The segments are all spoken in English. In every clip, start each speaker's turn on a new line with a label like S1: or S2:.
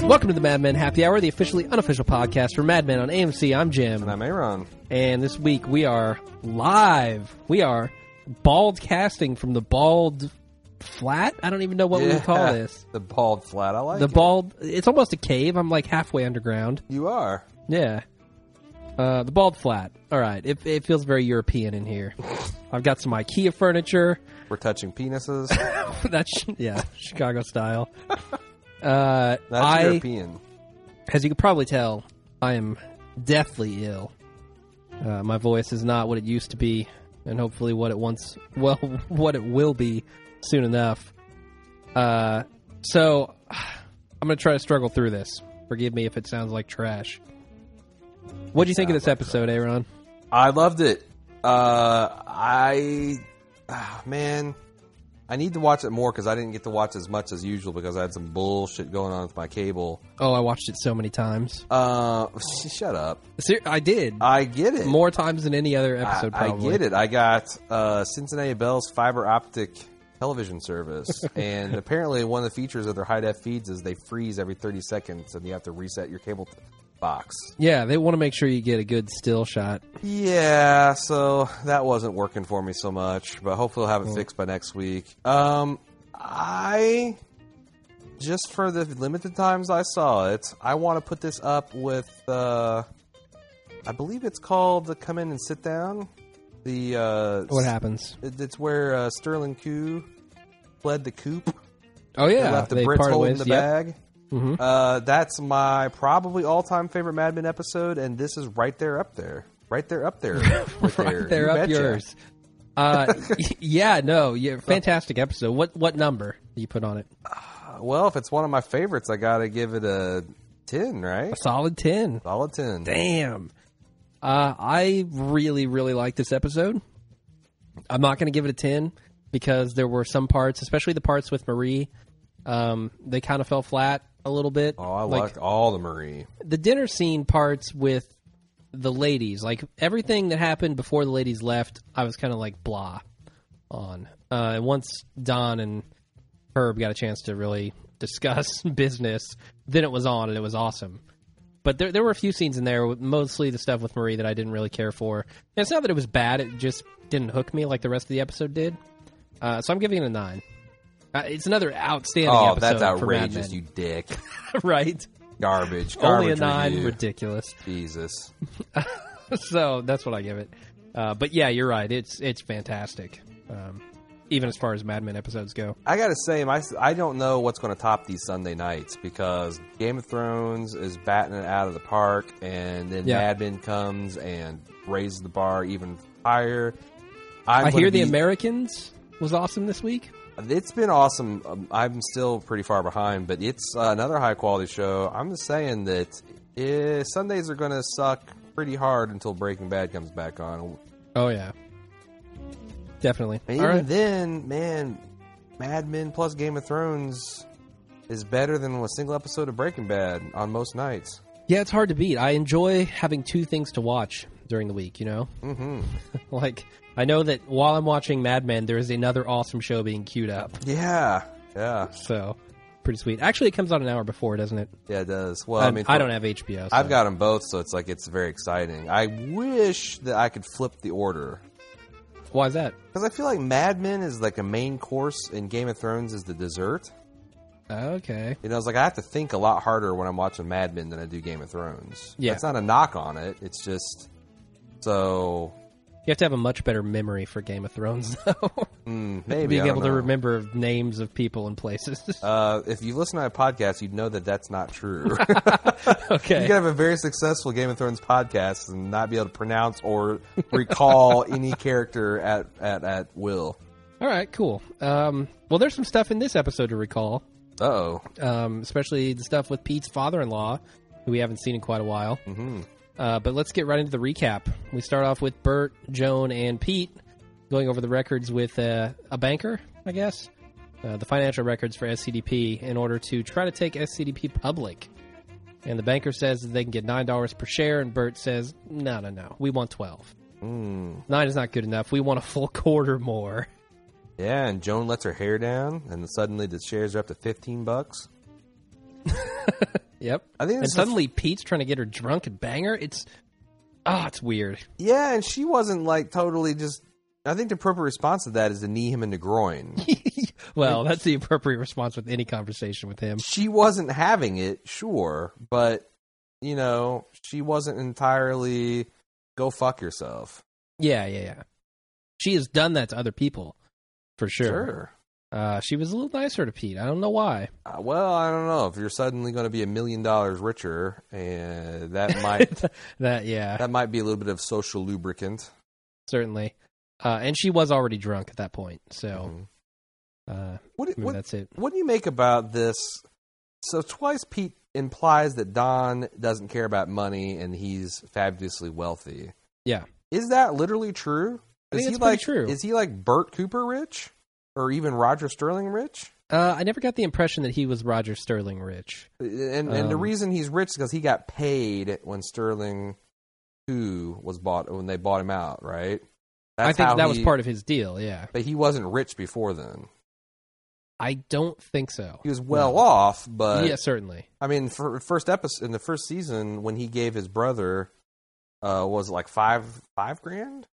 S1: Welcome to the Mad Men Happy Hour, the officially unofficial podcast for Mad Men on AMC. I'm Jim,
S2: And I'm Aaron.
S1: and this week we are live. We are bald casting from the bald flat. I don't even know what we would call this.
S2: The bald flat. I like
S1: The
S2: it.
S1: bald. It's almost a cave. I'm like halfway underground.
S2: You are.
S1: Yeah. Uh, the bald flat. All right. It, it feels very European in here. I've got some IKEA furniture.
S2: We're touching penises.
S1: That's yeah, Chicago style. Uh,
S2: That's
S1: I,
S2: European.
S1: as you can probably tell, I am deathly ill. Uh, my voice is not what it used to be, and hopefully what it once, well, what it will be soon enough. Uh, so I'm gonna try to struggle through this. Forgive me if it sounds like trash. What do you think of this episode, Aaron?
S2: I loved it. Uh, I, ah, man, I need to watch it more because I didn't get to watch as much as usual because I had some bullshit going on with my cable.
S1: Oh, I watched it so many times.
S2: Uh, shut up.
S1: Ser- I did
S2: I get it.
S1: more times than any other
S2: I-
S1: episode.
S2: I,
S1: Probably.
S2: get it. I got uh, Cincinnati Bell's fiber optic television service, and apparently one of the features of their high def feeds is they freeze every thirty seconds, and you have to reset your cable t- box.
S1: Yeah, they want to make sure you get a good still shot.
S2: Yeah, so that wasn't working for me so much, but hopefully I'll have it fixed by next week. Um, I just for the limited times I saw it, I want to put this up with. Uh, I believe it's called the "Come In and Sit Down." The uh,
S1: What happens?
S2: it- It's where uh, Sterling Koo fled the coop.
S1: Oh yeah,
S2: They left the
S1: they
S2: Brits
S1: parted
S2: holding
S1: ways.
S2: the
S1: Yep. Mm-hmm.
S2: bag. Uh, that's my probably all-time favorite Mad Men episode, and this is right there, up there, right there, up there, right there,
S1: Right there
S2: You
S1: up
S2: betcha.
S1: yours. Uh, y- yeah, no, yeah, fantastic episode. What what number do you put on it?
S2: Uh, Well, if it's one of my favorites, I gotta give it a ten, right?
S1: A solid ten.
S2: Solid ten.
S1: Damn. Uh, I really really like this episode. I'm not going to give it a ten because there were some parts, especially the parts with Marie, um, they kind of fell flat a little bit.
S2: Oh, I like all the Marie.
S1: the dinner scene parts with the ladies, like everything that happened before the ladies left, I was kind of like blah on. Uh, and once Don and Herb got a chance to really discuss business, then it was on and it was awesome. But there, there were a few scenes in there, mostly the stuff with Marie that I didn't really care for. And it's not that it was bad; it just didn't hook me like the rest of the episode did. Uh, so I'm giving it a nine. Uh, it's another outstanding
S2: Oh,
S1: episode.
S2: that's
S1: for Mad
S2: outrageous,
S1: Men.
S2: you dick!
S1: right?
S2: Garbage, garbage.
S1: Only a nine,
S2: review.
S1: ridiculous.
S2: Jesus.
S1: so that's what I give it. Uh, but yeah, you're right. It's it's fantastic. Um, even as far as Mad Men episodes go.
S2: I gotta say, my I don't know what's going to top these Sunday nights because Game of Thrones is batting it out of the park, and then
S1: Yeah.
S2: Mad Men comes and raises the bar even higher. I'm
S1: i hear
S2: gonna
S1: the
S2: be-
S1: Americans was awesome this week.
S2: It's been awesome. Um, I'm still pretty far behind, but it's uh, another high quality show. I'm just saying that eh, Sundays are going to suck pretty hard until Breaking Bad comes back on.
S1: Oh yeah, definitely.
S2: And
S1: All
S2: even
S1: right.
S2: then, man, Mad Men plus Game of Thrones is better than a single episode of Breaking Bad on most nights.
S1: Yeah, it's hard to beat. I enjoy having two things to watch during the week. You know, mm-hmm. like I know that while I'm watching Mad Men, there is another awesome show being queued up.
S2: Yeah, yeah,
S1: So pretty sweet. Actually, it comes out an hour before, doesn't it?
S2: yeah. It does. Well, I mean,
S1: I don't have HBO. So.
S2: I've got them both, so it's like it's very exciting. I wish that I could flip the order
S1: Why is that?
S2: because I feel like Mad Men is like a main course, and Game of Thrones is the dessert.
S1: Okay.
S2: You know, it's like I have to think a lot harder when I'm watching Mad Men than I do Game of Thrones.
S1: Yeah.
S2: it's not a knock on it. It's just so
S1: You have to have a much better memory for Game of Thrones, though.
S2: mm, maybe I
S1: Being
S2: don't
S1: able to
S2: know.
S1: remember names of people and places.
S2: Uh, if you listen to my podcast, you'd know that that's not true. you
S1: okay.
S2: could have a very successful Game of Thrones podcast and not be able to pronounce or recall any character at, at, at will.
S1: All right. Cool. Um, well, there's some stuff in this episode to recall,
S2: Uh oh.
S1: um, especially the stuff with Pete's father-in-law, who we haven't seen in quite a while. Mm-hmm. Uh, but let's get right into the recap. We start off with Bert, Joan, and Pete going over the records with uh, a banker, I guess, uh, the financial records for SCDP in order to try to take SCDP public. And the banker says that they can get nine dollars per share, and Bert says, "No, no, no, we want twelve. Nine is not good enough. We want a full quarter more."
S2: Yeah, and Joan lets her hair down, and suddenly the shares are up to fifteen bucks.
S1: Yep.
S2: I think
S1: and
S2: this is the-
S1: suddenly Pete's trying to get her drunk and bang her. It's ah, it's weird.
S2: Yeah, and she wasn't like totally just. I think the appropriate response to that is to knee him in the groin.
S1: Well, that's the appropriate response with any conversation with him.
S2: she wasn't having it, sure, but you know, she wasn't entirely go fuck yourself.
S1: Yeah, yeah, yeah. She has done that to other people, for sure. Uh, she was a little nicer to Pete. I don't know why.
S2: Uh, well, I don't know if you're suddenly going to be a million dollars richer, and that might
S1: That yeah,
S2: that might be a little bit of social lubricant.
S1: certainly. Uh, and she was already drunk at that point, so
S2: Mhm.
S1: uh,
S2: What,
S1: I mean,
S2: what,
S1: that's it.
S2: what do you make about this? So twice Pete implies that Don doesn't care about money and he's fabulously wealthy.
S1: Yeah.
S2: Is that literally true?
S1: I think it's
S2: is he
S1: pretty
S2: like
S1: true.
S2: is he like Bert Cooper rich or even Roger Sterling rich?
S1: Uh, I never got the impression that he was Roger Sterling rich.
S2: And and the
S1: Um,
S2: reason he's rich is because he got paid when Sterling who was bought when they bought him out, right?
S1: I think
S2: how
S1: that was
S2: he-
S1: part of his deal. Yeah,
S2: But he wasn't rich before then.
S1: I don't think so.
S2: He was uh, well off, but
S1: yeah, certainly.
S2: I mean, for first episode in the first season when he gave his brother uh, was it like five five grand,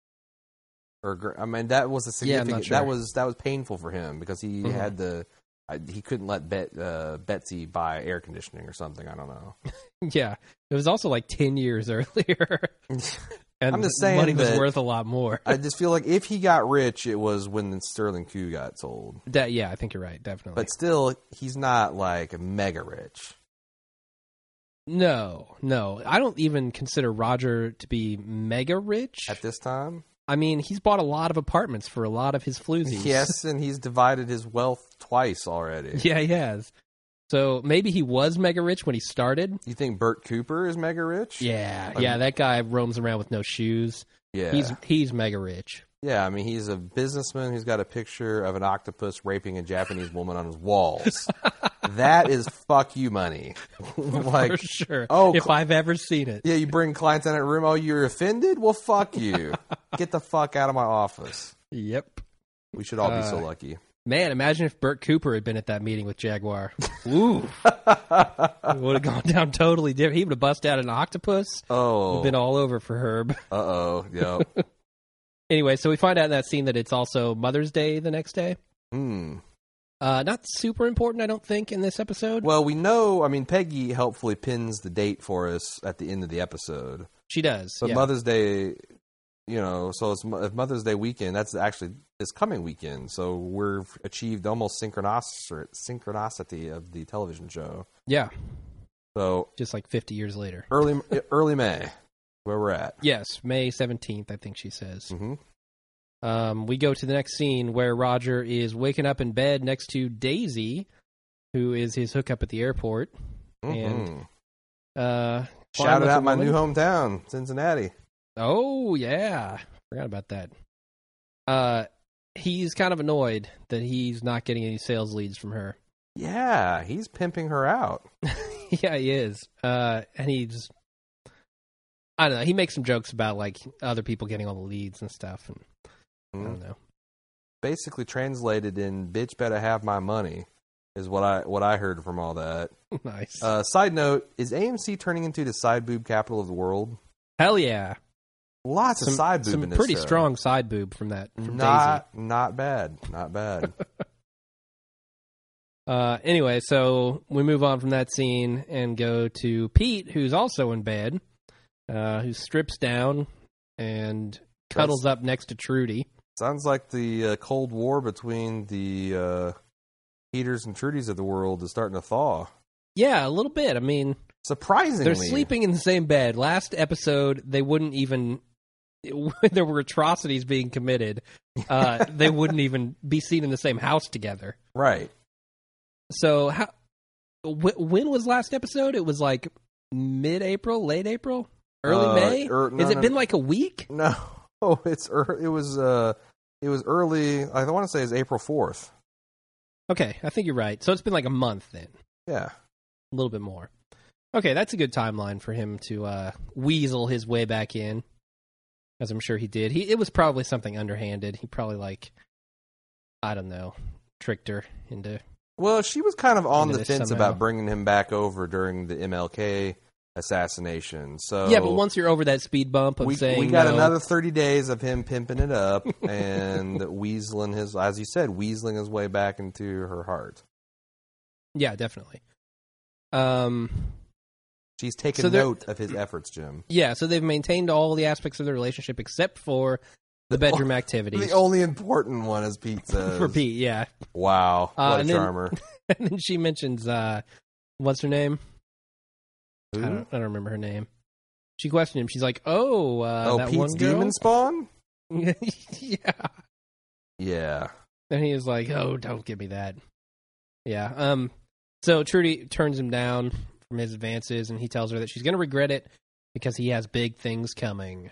S2: or gr- I mean that was a
S1: Yeah, I'm
S2: significant
S1: not
S2: that
S1: sure.
S2: was that was painful for him because he
S1: Mhm.
S2: had the I, he couldn't let Bet, uh, Betsy buy air conditioning or something. I don't know.
S1: Yeah, it was also like ten years earlier, and
S2: I'm just saying
S1: money was
S2: that-
S1: worth a lot more.
S2: I just feel like if he got rich, it was when Sterling Q got sold.
S1: That- yeah, I think you're right. Definitely.
S2: But still, he's not like mega rich.
S1: No, no. I don't even consider Roger to be mega rich.
S2: At this time,
S1: I mean, he's bought a lot of apartments for a lot of his floozies.
S2: yes, and he's divided his wealth twice already.
S1: Yeah, he has. So maybe he was mega rich when he started.
S2: You think Bert Cooper is mega rich?
S1: Yeah,
S2: Like-
S1: yeah. That guy roams around with no shoes.
S2: yeah.
S1: He's he's mega rich.
S2: Yeah, I mean, he's a businessman who's got a picture of an octopus raping a Japanese woman on his walls. that is fuck you money.
S1: for
S2: like,
S1: sure.
S2: oh,
S1: if
S2: cl-
S1: I've ever seen it.
S2: yeah, you bring clients in that room. Oh, you're offended? Well, fuck you. Get the fuck out of my office.
S1: Yep.
S2: We should all be so
S1: Uh,
S2: lucky.
S1: Man, imagine if Burt Cooper had been at that meeting with Jaguar. Ooh, it would have gone down totally different. He would have bust out an octopus.
S2: Oh,
S1: Been all over for Herb.
S2: uh oh, yeah.
S1: Anyway, so we find out in that scene that it's also Mother's Day the next day.
S2: Hmm.
S1: Uh, not super important, I don't think, in this episode.
S2: Well, we know. I mean, Peggy helpfully pins the date for us at the end of the episode.
S1: she does.
S2: But
S1: yeah.
S2: Mother's Day, you know, so it's Mo- if Mother's Day weekend. That's actually this coming weekend. So we've achieved almost synchronos- synchronicity of the television show.
S1: yeah,
S2: So
S1: just like 50 years later.
S2: early, early May, where we're at.
S1: Yes, May 17th, I think she says.
S2: hmm
S1: Um, we go to the next scene where Roger is waking up in bed next to Daisy, who is his hookup at the airport. And- Uh, fine
S2: Shouted
S1: with
S2: Mm-hmm. out
S1: the
S2: my
S1: woman.
S2: new hometown, Cincinnati.
S1: Oh yeah, forgot about that. Uh, he's kind of annoyed that he's not getting any sales leads from her.
S2: Yeah, he's pimping her out.
S1: yeah, he is. Uh, and he's, I don't know. He makes some jokes about like other people getting all the leads and stuff, and I
S2: Mhm.
S1: don't know.
S2: Basically translated in "bitch better have my money" is what I what I heard from all that.
S1: nice.
S2: Uh, side note: Is AMC turning into the side boob capital of the world?
S1: Hell yeah.
S2: Lots
S1: Some
S2: of side boob
S1: some
S2: in this
S1: pretty
S2: show.
S1: strong side boob from that from Daisy.
S2: Not not bad, not bad.
S1: Uh, anyway, so we move on from that scene and go to Pete, who's also in bed, uh, who strips down and cuddles up next to Trudy.
S2: Sounds like the uh, Cold War between the uh, Peters and Trudies of the world is starting to thaw.
S1: Yeah, a little bit. I mean,
S2: Surprisingly,
S1: they're sleeping in the same bed. Last episode, they wouldn't even. When there were atrocities being committed, uh, they wouldn't even be seen in the same house together.
S2: right?
S1: So, how, wh- when was last episode? It was like mid-April, late April, early
S2: Uh,
S1: May.
S2: er, no,
S1: Has it
S2: no.
S1: been like a week?
S2: No, oh, it's er, it was uh, It was early. I want to say it's April fourth.
S1: Okay, I think you're right. So it's been like a month then,
S2: Yeah.
S1: a little bit more. Okay, that's a good timeline for him to uh, weasel his way back in, as I'm sure he did. He it was probably something underhanded. He probably like, I don't know, tricked her into
S2: Well, she was kind of on
S1: Into
S2: the
S1: this
S2: fence
S1: somehow.
S2: about bringing him back over during the MLK assassination. So
S1: Yeah, but once you're over that speed bump of
S2: Oh. we,
S1: saying
S2: we got
S1: no,
S2: another 30 days of him pimping it up and weaseling his as you said weaseling his way back into her heart
S1: yeah, definitely. Um,
S2: she's taken
S1: So there-
S2: note of his efforts jim
S1: yeah, so they've maintained all the aspects of their relationship except for the bedroom activities
S2: the only important one is pizza
S1: for Pete. Yeah,
S2: wow
S1: Uh,
S2: what a
S1: and then-
S2: charmer
S1: and then she mentions uh, what's her name? I
S2: Who?
S1: don't, uh, I don't remember her name. She questioned him. She's like, "Oh, uh,
S2: oh
S1: that
S2: pete's
S1: one girl?
S2: demon spawn
S1: yeah,
S2: yeah
S1: And he was like, "Oh, don't give me that." Yeah. Um. So Trudy turns him down from his advances, and he tells her that she's going to regret it because he has big things coming.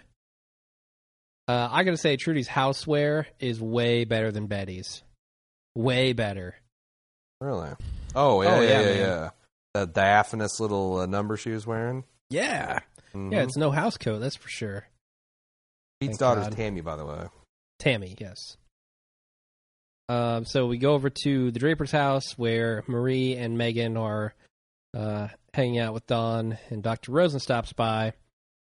S1: Uh, I gotta say, Trudy's houseware is way better than Betty's. Way better.
S2: really oh yeah
S1: Oh, yeah,
S2: yeah yeah,
S1: man.
S2: yeah. that diaphanous little uh, number she was wearing
S1: Yeah.
S2: Mhm.
S1: Yeah, it's no house coat, that's for sure.
S2: pete's
S1: thank
S2: daughter's
S1: God.
S2: tammy by the way
S1: Tammy, yes. Um, so we go over to the Draper's house where Marie and Megan are uh, hanging out with Don, and Dr. Rosen stops by.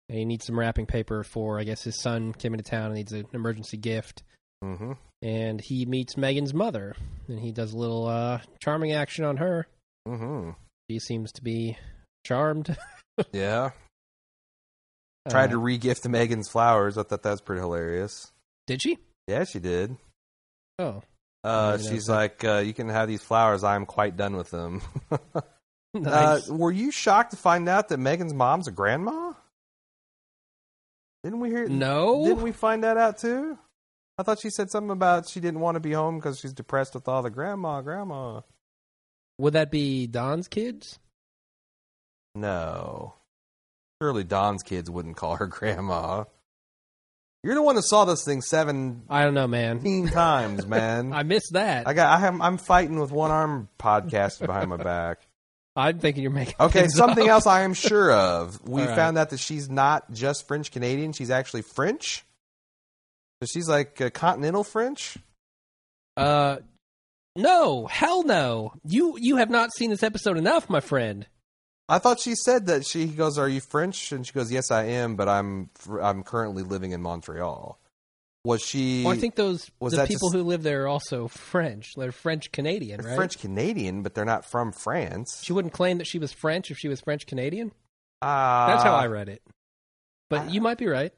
S1: And he needs some wrapping paper for, I guess, his son came into town and needs an emergency gift.
S2: hmm
S1: And he meets Megan's mother, and he does a little uh, charming action on her.
S2: hmm
S1: She seems to be charmed.
S2: yeah
S1: Uh-huh.
S2: tried to
S1: Uh,
S2: re-gift megan's flowers i thought that was pretty hilarious
S1: Did she?
S2: yeah she did
S1: Oh,
S2: Uh,
S1: Maybe
S2: she's
S1: that's
S2: like, uh, you can have these flowers. I'm quite done with them.
S1: nice.
S2: uh, were you shocked to find out that Megan's mom's a grandma? Didn't we hear?
S1: no.
S2: Didn't we find that out too? I thought she said something about she didn't want to be home because she's depressed with all the grandma, grandma.
S1: Would that be Don's kids?
S2: No. Surely Don's kids wouldn't call her grandma. You're the one that saw this thing seventeen
S1: I don't know, man.
S2: times, man. I,
S1: I missed that.
S2: got. I have, I'm fighting with one arm podcasted behind my back.
S1: I'm thinking you're making
S2: Okay,
S1: things
S2: something
S1: up.
S2: else I am sure of. We
S1: All right.
S2: found out that she's not just French Canadian; she's actually French. So she's like uh, continental French.
S1: Uh, no, hell no. You you have not seen this episode enough, my friend.
S2: I thought she said that she he goes, "Are you French?" And she goes, "Yes, I am, but I'm fr- I'm currently living in Montreal." Was she
S1: Well, I think those
S2: Was
S1: the
S2: that
S1: people
S2: just-
S1: who live there are also French. They're French Canadian, right?
S2: French Canadian, but they're not from France?
S1: She wouldn't claim that she was French if she was French Canadian.
S2: Ah,
S1: That's how I read it. But
S2: I-
S1: you might be right.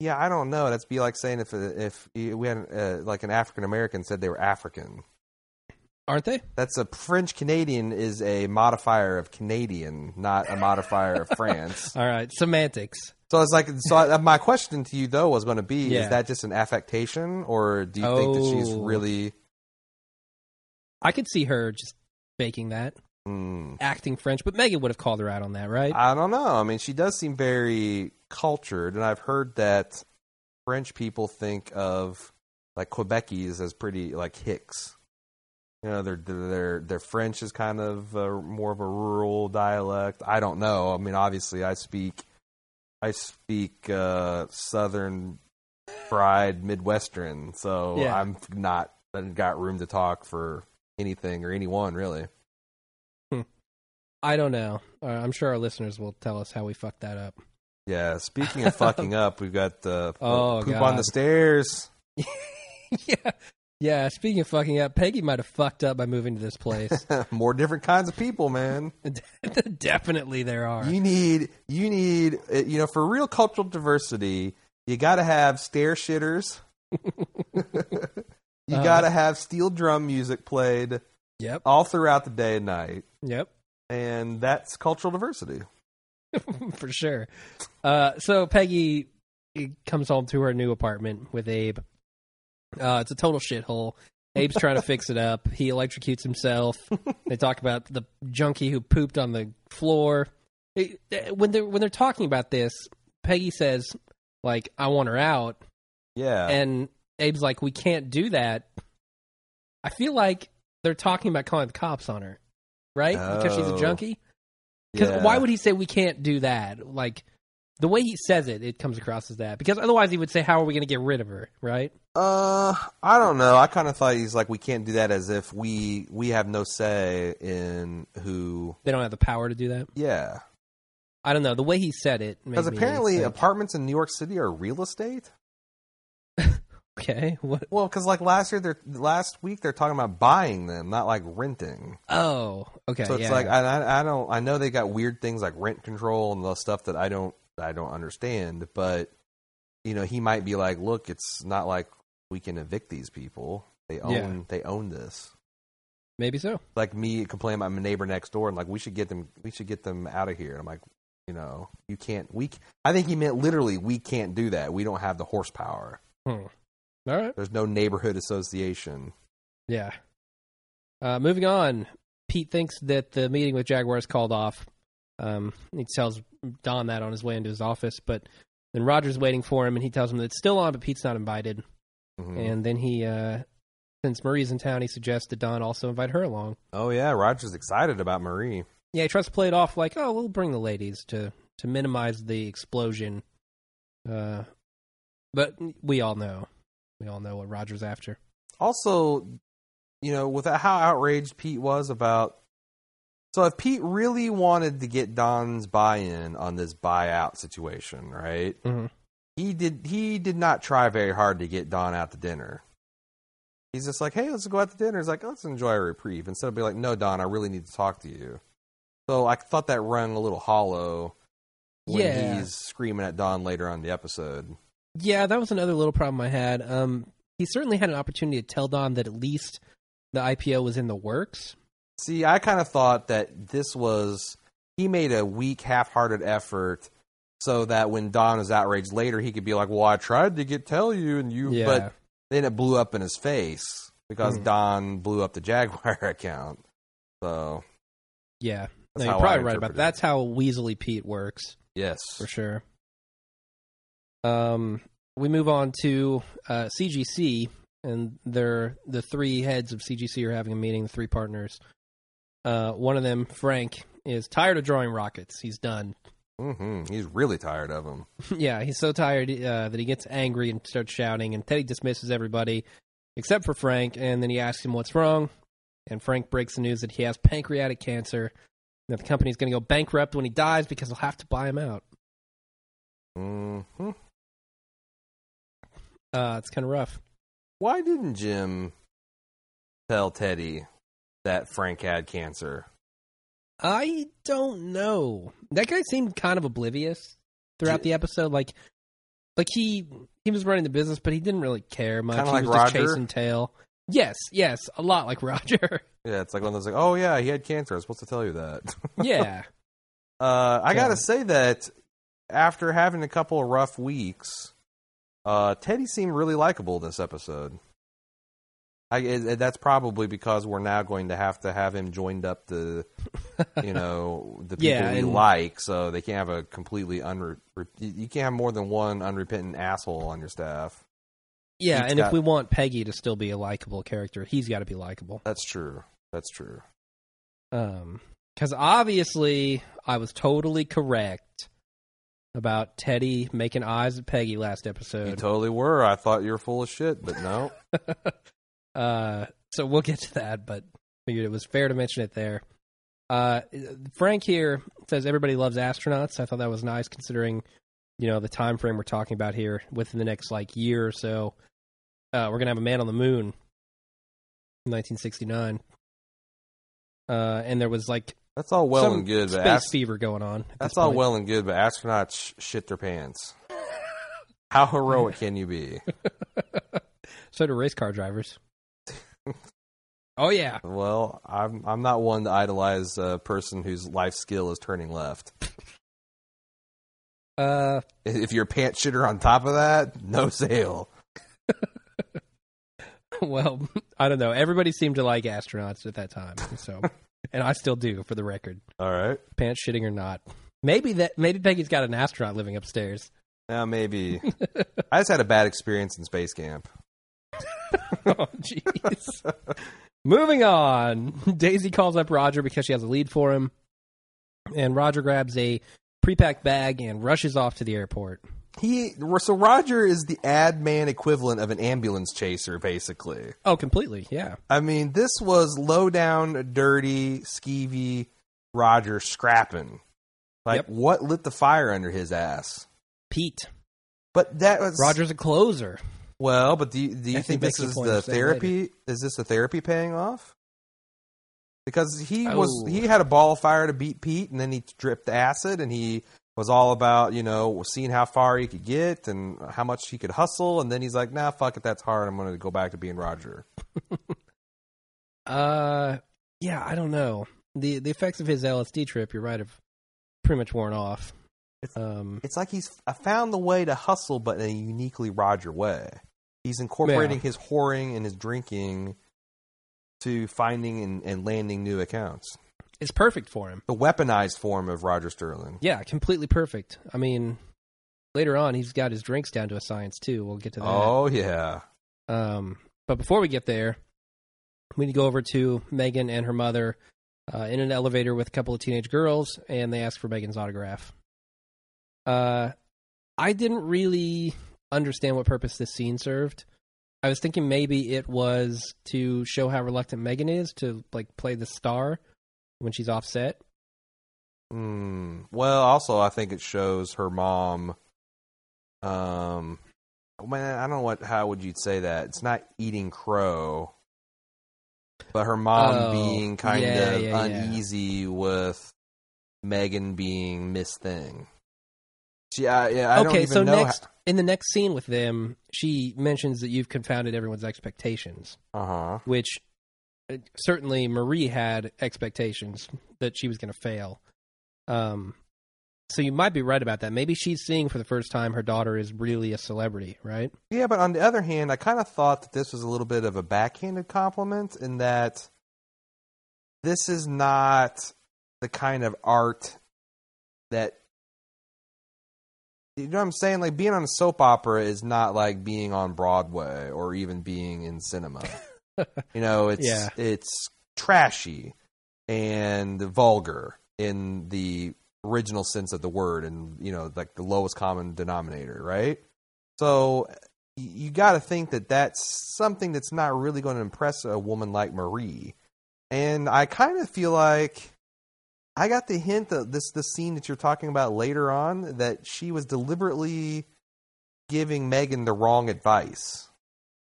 S2: Yeah, I don't know. That's be like saying if if we had uh, like an African American said they were African.
S1: Aren't they?
S2: That's a French Canadian is a modifier of Canadian, not a modifier of France.
S1: All right, semantics.
S2: So it's like, so I, my question to you though was going to be:
S1: Yeah.
S2: Is that just an affectation, or do you think that she's
S1: Oh.
S2: really?
S1: I could see her just faking that,
S2: Hmm,
S1: acting French, but Megan would have called her out on that, right?
S2: I don't know. I mean, she does seem very cultured, and I've heard that French people think of like Quebecies as pretty like Hicks. You know, their their their French is kind of uh more of a rural dialect. I don't know. I mean, obviously, I speak I speak uh, Southern fried Midwestern, so
S1: Yeah.
S2: I'm not I haven't got room to talk for anything or anyone really.
S1: I don't know. Uh, I'm sure our listeners will tell us how we fucked that up.
S2: Yeah. Speaking of fucking up, we've got uh,
S1: Oh,
S2: poop
S1: God.
S2: on the stairs.
S1: yeah. Yeah, speaking of fucking up, Peggy might have fucked up by moving to this place.
S2: More different kinds of people, man.
S1: Definitely there are.
S2: You need you need uh, you know for real cultural diversity, you got to have stair shitters. you
S1: Uh-huh.
S2: got to have steel drum music played
S1: Yep.
S2: all throughout the day and night,
S1: Yep.
S2: and that's cultural diversity.
S1: For sure. Uh, so Peggy comes home to her new apartment with Abe. Uh, it's a total shithole. Abe's trying to fix it up. He electrocutes himself. They talk about the junkie who pooped on the floor. It- when they're when they're talking about this, Peggy says, "Like I want her out,"
S2: Yeah.
S1: and Abe's like, we can't do that. I feel like they're talking about calling the cops on her, right? Because she's a
S2: Oh.
S1: junkie. Because
S2: Yeah.
S1: why would he say we can't do that? Like the way he says it, it comes across as that. Because otherwise, he would say, "How are we going to get rid of her?" Right?
S2: Uh, I don't know. I kind of thought he's like, we can't do that as if we we have no say in who.
S1: They don't have the power to do that.
S2: Yeah,
S1: I don't know. The way he said it, made
S2: because
S1: me
S2: apparently
S1: think,
S2: apartments in New York City are real estate.
S1: okay, what?
S2: Well, because like last year, they're last week they're talking about buying them, not like renting.
S1: Oh, okay.
S2: so it's
S1: yeah.
S2: like I, I I don't I know they got weird things like rent control and the stuff that I don't I don't understand. But you know, he might be like, look, it's not like we can evict these people. They own
S1: Yeah.
S2: they own this.
S1: maybe so.
S2: like me complaining about my neighbor next door and like we should get them we should get them out of here and i'm like you know you can't we c- i think he meant literally we can't do that we don't have the horsepower
S1: Hmm. All right.
S2: there's no neighborhood association
S1: Yeah. Uh, moving on, Pete thinks that the meeting with Jaguar is called off. Um, he tells Don that on his way into his office, but then Roger's waiting for him, and he tells him that it's still on, but Pete's not invited.
S2: Mhm.
S1: And then he, uh, since Marie's in town, he suggests that Don also invite her along.
S2: oh yeah roger's excited about marie
S1: Yeah, he tries to play it off like, "Oh, we'll bring the ladies to to minimize the explosion," uh, but we all know, we all know what Roger's after.
S2: also you know with how outraged pete was about so if pete really wanted to get don's buy-in on this buyout situation right
S1: Mhm.
S2: he did he did not try very hard to get Don out to dinner. He's just like, hey, let's go out to dinner. He's like, let's enjoy a reprieve. Instead of being like, no, Don, I really need to talk to you. So I thought that rang a little hollow when
S1: Yeah.
S2: he's screaming at Don later on in the episode.
S1: Yeah, that was another little problem I had. Um, he certainly had an opportunity to tell Don that at least the IPO was in the works.
S2: See, I kind of thought that this was he made a weak, half-hearted effort so that when Don was outraged later, he could be like, well, I tried to get tell you, and you,
S1: Yeah.
S2: but then it blew up in his face because
S1: Mhm.
S2: Don blew up the Jaguar account. So
S1: yeah,
S2: that's
S1: no, you're
S2: how I
S1: probably right about
S2: interpreted it.
S1: That's how Weasley Pete works
S2: yes,
S1: for sure. Um, we move on to uh, CGC, and they're the three heads of CGC are having a meeting. The three partners. Uh, one of them, Frank, is tired of drawing rockets. He's done.
S2: hmm he's really tired of him.
S1: Yeah, he's so tired uh, that he gets angry and starts shouting, and Teddy dismisses everybody except for Frank, and then he asks him what's wrong, and Frank breaks the news that he has pancreatic cancer, and that the company's going to go bankrupt when he dies because they'll have to buy him out.
S2: hmm
S1: Uh, it's kind of rough.
S2: Why didn't Jim tell Teddy that Frank had cancer?
S1: I don't know. That guy seemed kind of oblivious throughout the episode. Like, like he he was running the business, but he didn't really care much.
S2: Kinda
S1: he
S2: like
S1: was just
S2: Roger?
S1: chasing tail. Yes, yes, a lot like Roger.
S2: Yeah, it's like one of those like, oh yeah, he had cancer. I was supposed to tell you that.
S1: yeah.
S2: Uh, I
S1: Yeah.
S2: gotta say that after having a couple of rough weeks, uh, Teddy seemed really likable this episode. I, it, it- that's probably because we're now going to have to have him joined up to, you know, the people
S1: Yeah,
S2: we
S1: and-
S2: like, so they can't have a completely unre. re- You you can't have more than one unrepentant asshole on your staff.
S1: Yeah,
S2: Pete's
S1: and if
S2: got-
S1: we want Peggy to still be a likable character, he's got to be likable.
S2: That's true. That's true.
S1: Um, because obviously, I was totally correct about Teddy making eyes at Peggy last
S2: You
S1: episode.
S2: totally were. I thought you were full of shit, but no.
S1: uh, so we'll get to that, but figured it was fair to mention it there. Uh, Frank here says everybody loves astronauts. I thought that was nice considering, you know, the time frame we're talking about here. Within the next like year or so, uh, we're gonna have a man on the moon. in 1969. Uh, and there was like
S2: That's all well
S1: some
S2: and good, but
S1: space
S2: ask-
S1: fever going on. at
S2: That's
S1: this
S2: all
S1: point.
S2: well and good, but astronauts sh- shit their pants. How heroic can you be?
S1: So do race car drivers. oh yeah,
S2: Well, I'm I'm not one to idolize a person whose life skill is turning left.
S1: uh,
S2: If- If you're a pant shitter on top of that, no sale.
S1: Well, I don't know. Everybody seemed to like astronauts at that time, so and I still do, for the record,
S2: All right.
S1: pants shitting or not. Maybe that maybe Peggy's got an astronaut living upstairs.
S2: Now maybe I just had a bad experience in space camp.
S1: Oh, jeez. Moving on. Daisy calls up Roger because she has a lead for him. And Roger grabs a prepacked bag and rushes off to the airport.
S2: He so Roger is the ad man equivalent of an ambulance chaser, basically.
S1: Oh, completely. Yeah.
S2: I mean, this was low down, dirty, skeevy Roger scrapping. Like
S1: Yep.
S2: what lit the fire under his ass?
S1: Pete.
S2: But that was
S1: Roger's a closer.
S2: Well, but do you, do you
S1: Yes, he
S2: think
S1: makes
S2: this
S1: a
S2: is
S1: point
S2: the
S1: of saying later.
S2: therapy? Is this the therapy paying off? Because he was
S1: Oh.
S2: he had a ball of fire to beat Pete, and then he dripped acid, and he was all about you know seeing how far he could get and how much he could hustle, and then he's like, "Nah, fuck it, that's hard. I'm going to go back to being Roger."
S1: Uh, yeah, I don't know. The the effects of his LSD trip, you're right, have pretty much worn off. Um,
S2: It's like he's I found the way to hustle, but in a uniquely Roger way. He's incorporating
S1: Yeah.
S2: his whoring and his drinking to finding and, and landing new accounts.
S1: it's perfect for him.
S2: The weaponized form of Roger Sterling.
S1: Yeah, completely perfect. I mean, later on, he's got his drinks down to a science too. We'll get to that.
S2: Oh yeah.
S1: Um, but before we get there, we need to go over to Megan and her mother uh, in an elevator with a couple of teenage girls, and they ask for Megan's autograph. Uh, I didn't really understand what purpose this scene served. I was thinking maybe it was to show how reluctant Megan is to like play the star when she's offset.
S2: Mm. Well, also I think it shows her mom. Um, man, I don't know what. How would you say that? It's not eating crow, but her mom
S1: Oh,
S2: being kind
S1: yeah,
S2: of
S1: yeah, yeah.
S2: uneasy with Megan being Miss Thing. She, I, yeah, I don't
S1: okay,
S2: even
S1: so
S2: know.
S1: next in the next scene with them, she mentions that you've confounded everyone's expectations.
S2: uh huh.
S1: which uh, certainly Marie had expectations that she was going to fail. Um, so you might be right about that. Maybe she's seeing for the first time her daughter is really a celebrity, right?
S2: Yeah, but on the other hand, I kind of thought that this was a little bit of a backhanded compliment in that this is not the kind of art that you know what I'm saying? Like being on a soap opera is not like being on Broadway or even being in cinema. you know, it's
S1: Yeah.
S2: it's trashy and vulgar in the original sense of the word and you know like the lowest common denominator, right? So you got to think that that's something that's not really going to impress a woman like Marie. And I kind of feel like I got the hint that this this scene that you're talking about later on that she was deliberately giving Megan the wrong advice.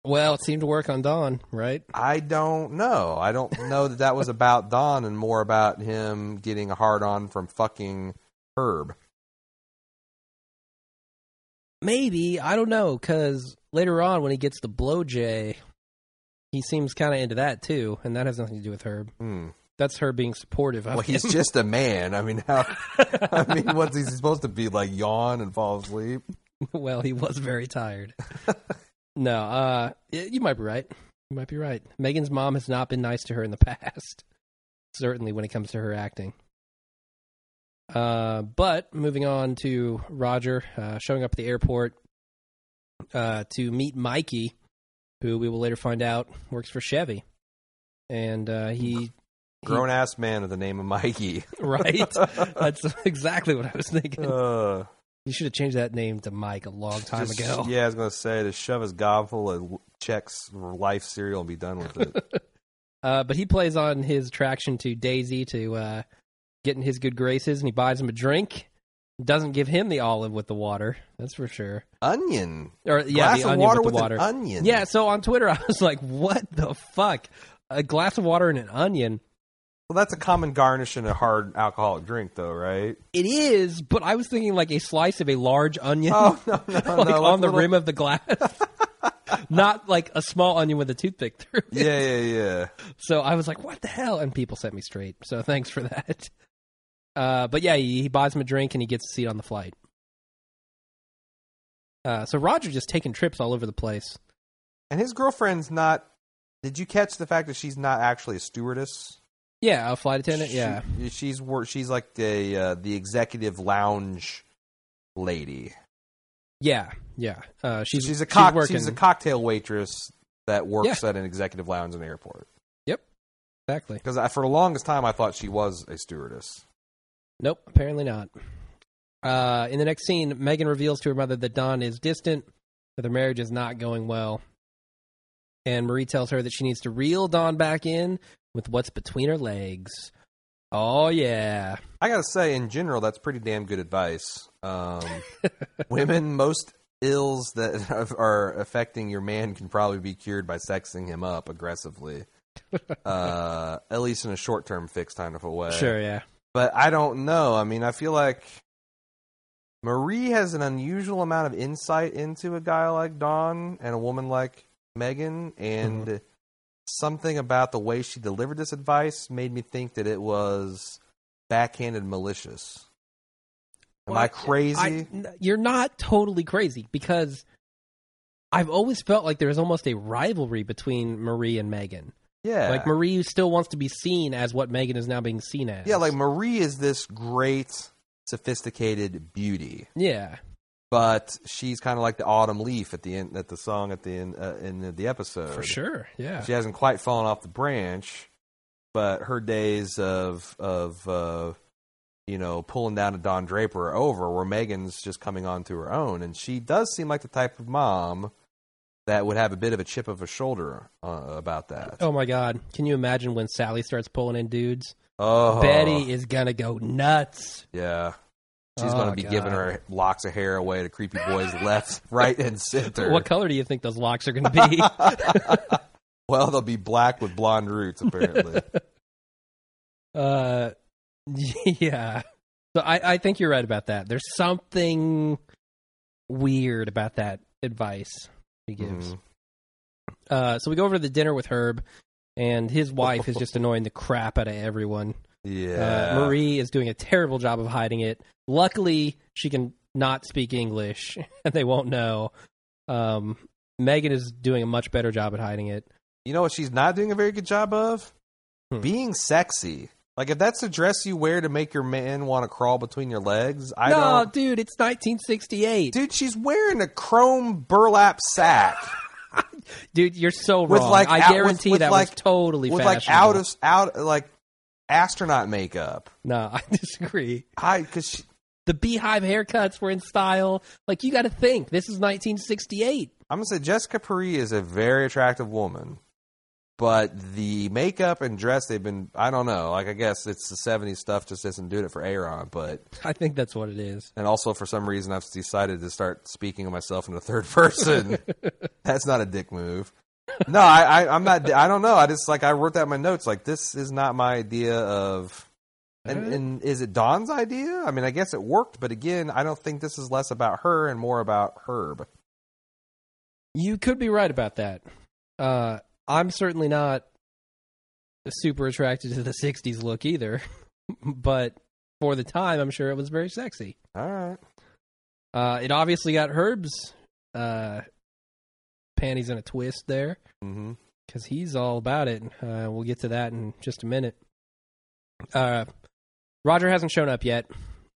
S1: Well, it seemed to work on Dawn, right?
S2: I don't know. I don't know that that was about Don and more about him getting a hard on from fucking Herb.
S1: Maybe I don't know because later on when he gets the blow jay, he seems kind of into that too, and that has nothing to do with Herb.
S2: Hmm.
S1: That's her being supportive of
S2: Well, he's
S1: him.
S2: just a man. I mean, how? I mean, what's he supposed to be like? Yawn and fall asleep.
S1: well, he was very tired. no, uh, y- you might be right. You might be right. Megan's mom has not been nice to her in the past, certainly when it comes to her acting. Uh, but moving on to Roger uh, showing up at the airport uh, to meet Mikey, who we will later find out works for Chevy, and uh, he
S2: Grown ass man with the name of Mikey.
S1: right. That's exactly what I was thinking.
S2: Uh,
S1: you should have changed that name to Mike a long time
S2: just-
S1: ago.
S2: Yeah, I was gonna say to shove his gob full of checks, life cereal, and be done with it.
S1: Uh, but he plays on his attraction to Daisy to uh, get in his good graces, and he buys him a drink. Doesn't give him the olive with the water, that's for sure.
S2: onion,
S1: Or yeah,
S2: glass
S1: the
S2: of
S1: onion
S2: water
S1: with the water.
S2: an onion.
S1: yeah. So on Twitter, I was like, "What the fuck? A glass of water and an onion?
S2: well, that's a common garnish in a hard alcoholic drink, though, right?
S1: It is." But I was thinking like a slice of a large onion,
S2: Oh no, no, no,
S1: like
S2: like
S1: on the
S2: little-
S1: rim of the glass, not like a small onion with a toothpick through. it.
S2: Yeah, yeah, yeah.
S1: So I was like, what the hell? And people set me straight. So thanks for that. Uh, but yeah, he, he buys him a drink and he gets a seat on the flight. Uh, so Roger just taking trips all over the place.
S2: And his girlfriend's not. Did you catch the fact that she's not actually a stewardess?
S1: Yeah, a flight attendant.
S2: She-
S1: yeah,
S2: she's wor- she's like the uh, the executive lounge lady.
S1: yeah, yeah. Uh, she's
S2: she's a cock-
S1: working.
S2: she's a cocktail waitress that works at an executive lounge in the airport.
S1: Yep. Exactly.
S2: Because for the longest time, I thought she was a stewardess.
S1: Nope, apparently not. Uh, in the next scene, Megan reveals to her mother that Don is distant, that their marriage is not going well. And Marie tells her that she needs to reel Don back in with what's between her legs. Oh, yeah.
S2: I gotta say, in general, that's pretty damn good advice. Um, women, most ills that are affecting your man can probably be cured by sexing him up aggressively, uh, at least in a short-term fix kind of a way.
S1: Sure, yeah.
S2: But I don't know. I mean, I feel like Marie has an unusual amount of insight into a guy like Don and a woman like Megan, and
S1: Mm-hmm.
S2: something about the way she delivered this advice made me think that it was backhanded malicious. Am
S1: Well,
S2: I crazy?
S1: I- n- you're not totally crazy because I've always felt like there's almost a rivalry between Marie and Megan.
S2: yeah.
S1: Like Marie still wants to be seen as what Megan is now being seen as.
S2: yeah, like Marie is this great, sophisticated beauty,
S1: yeah,
S2: but she's kind of like the autumn leaf at the end, at the song at the end, uh, end of the episode.
S1: for sure. Yeah,
S2: She hasn't quite fallen off the branch, but her days of of uh, you know pulling down to Don Draper are over. Where Megan's just coming on to her own, and she does seem like the type of mom that would have a bit of a chip of a shoulder uh, about that.
S1: Oh my god! Can you imagine when Sally starts pulling in dudes?
S2: Oh,
S1: Betty is gonna go nuts.
S2: yeah. She's
S1: Oh,
S2: going to be
S1: God.
S2: giving her locks of hair away to creepy boys left, right, and center.
S1: What color do you think those locks are gonna be?
S2: well, they'll be black with blonde roots, apparently.
S1: uh, yeah. So I, I think you're right about that. There's something weird about that advice he gives.
S2: Mhm.
S1: Uh, so we go over to the dinner with Herb, and his wife is just annoying the crap out of everyone.
S2: Yeah.
S1: Uh, Marie is doing a terrible job of hiding it. Luckily, she can not speak English, and they won't know. Um, Megan is doing a much better job at hiding it.
S2: you know what she's not doing a very good job of?
S1: Hmm.
S2: Being sexy. Like if that's the dress you wear to make your man want to crawl between your legs, I
S1: no,
S2: don't.
S1: dude, it's 1968. Dude,
S2: Dude, she's wearing a chrome burlap sack
S1: you're so wrong.
S2: With, like,
S1: I
S2: out- with-
S1: guarantee
S2: with,
S1: that
S2: like-
S1: was totally
S2: with like
S1: fashionable.
S2: out of out like astronaut makeup.
S1: No, I disagree.
S2: I because she,
S1: The beehive haircuts were in style. Like you got to think, this is 1968.
S2: I'm gonna say Jessica Paree is a very attractive woman, but the makeup and dress they've been I don't know. Like I guess it's the '70s stuff just isn't doing it for Aaron, but
S1: I think that's what it is.
S2: And also, for some reason, I've decided to start speaking of myself in the third person. That's not a dick move. No, I, I, I'm not. I don't know. I just like I wrote that in my notes. Like this is not my idea of. And,
S1: Alright.
S2: and is it Don's idea? I mean, I guess it worked, but again, I don't think this is less about her and more about Herb.
S1: You could be right about that. Uh, I'm certainly not super attracted to the 60s look either, but for the time, I'm sure it was very sexy.
S2: All right.
S1: Uh, it obviously got Herb's uh, panties in a twist there
S2: Mm-hmm.
S1: because he's all about it. Uh, we'll get to that in just a minute. Uh, Roger hasn't shown up yet,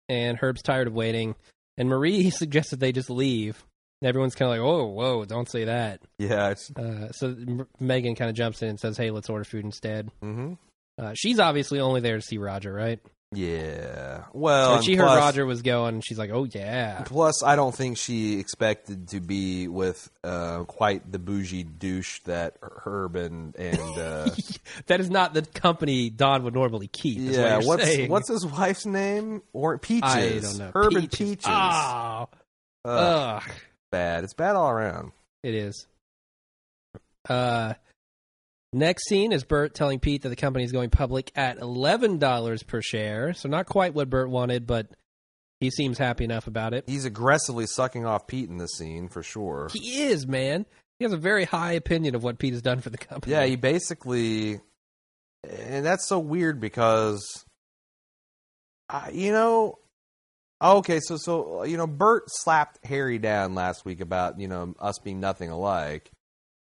S1: and Herb's tired of waiting, and Marie suggested they just leave. And everyone's kind of like, "Oh, whoa, don't say that."
S2: Yeah. It's,
S1: Uh, so M- Megan kind of jumps in and says, "Hey, let's order food instead."
S2: mm-hmm.
S1: Uh, she's obviously only there to see Roger, right?
S2: Yeah. Well,
S1: so she
S2: Oh, and
S1: heard
S2: plus-
S1: Roger was going, and she's like, "Oh yeah,
S2: Plus, I don't think she expected to be with uh, quite the bougie douche that Herb and and uh,
S1: that is not the company Don would normally keep." is
S2: yeah,
S1: what you're
S2: what's
S1: saying.
S2: what's his wife's name? Or Peaches?
S1: I don't know.
S2: Herb and Peaches.
S1: Oh,
S2: Ugh,
S1: ugh.
S2: bad. It's bad all around.
S1: it is. Uh, next scene is Bert telling Pete that the company is going public at eleven dollars per share. So not quite what Bert wanted, but he seems happy enough about it.
S2: He's aggressively sucking off Pete in this scene for sure.
S1: He is, man. He has a very high opinion of what Pete has done for the company.
S2: yeah, he basically, and that's so weird because, I, you know, okay, so so you know, Bert slapped Harry down last week about you know us being nothing alike,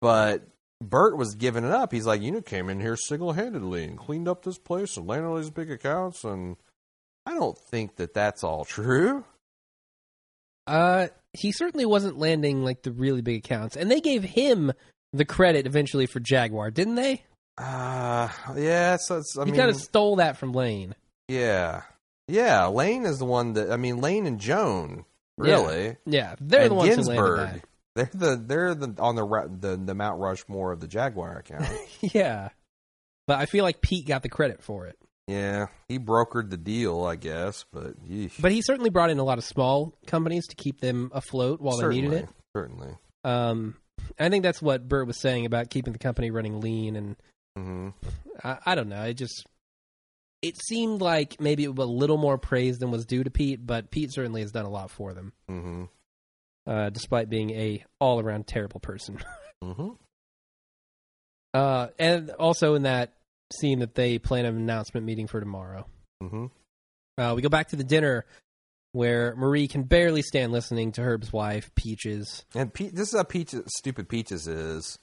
S2: but Bert was giving it up. He's like, you know, came in here single handedly and cleaned up this place and landed all these big accounts, and I don't think that that's all true.
S1: uh, he certainly wasn't landing like the really big accounts, and they gave him the credit eventually for Jaguar, didn't they?
S2: Uh, yeah, so it's, I
S1: he
S2: mean,
S1: kind of stole that from Lane.
S2: yeah, yeah. Lane is the one that I mean, Lane and Joan really.
S1: Yeah, they're
S2: and
S1: the ones who landed
S2: Ginsburg. They're the they're the on the ra- the, the Mount Rushmore of the Jaguar account.
S1: that. Yeah, but I feel like Pete got the credit for it.
S2: yeah, he brokered the deal, I guess, but yeesh.
S1: But he certainly brought in a lot of small companies to keep them afloat while
S2: certainly,
S1: they needed it.
S2: certainly.
S1: Um, I think that's what Bert was saying about keeping the company running lean, and
S2: hmm
S1: I, I don't know. It just it seemed like maybe a little more praise than was due to Pete, but Pete certainly has done a lot for them,
S2: hmm
S1: uh, despite being a all around terrible person.
S2: hmm
S1: Uh, and also in that scene that they plan an announcement meeting for tomorrow.
S2: hmm
S1: Uh, we go back to the dinner where Marie can barely stand listening to Herb's wife, Peaches.
S2: And Pe- this is how Peaches, stupid Peaches is.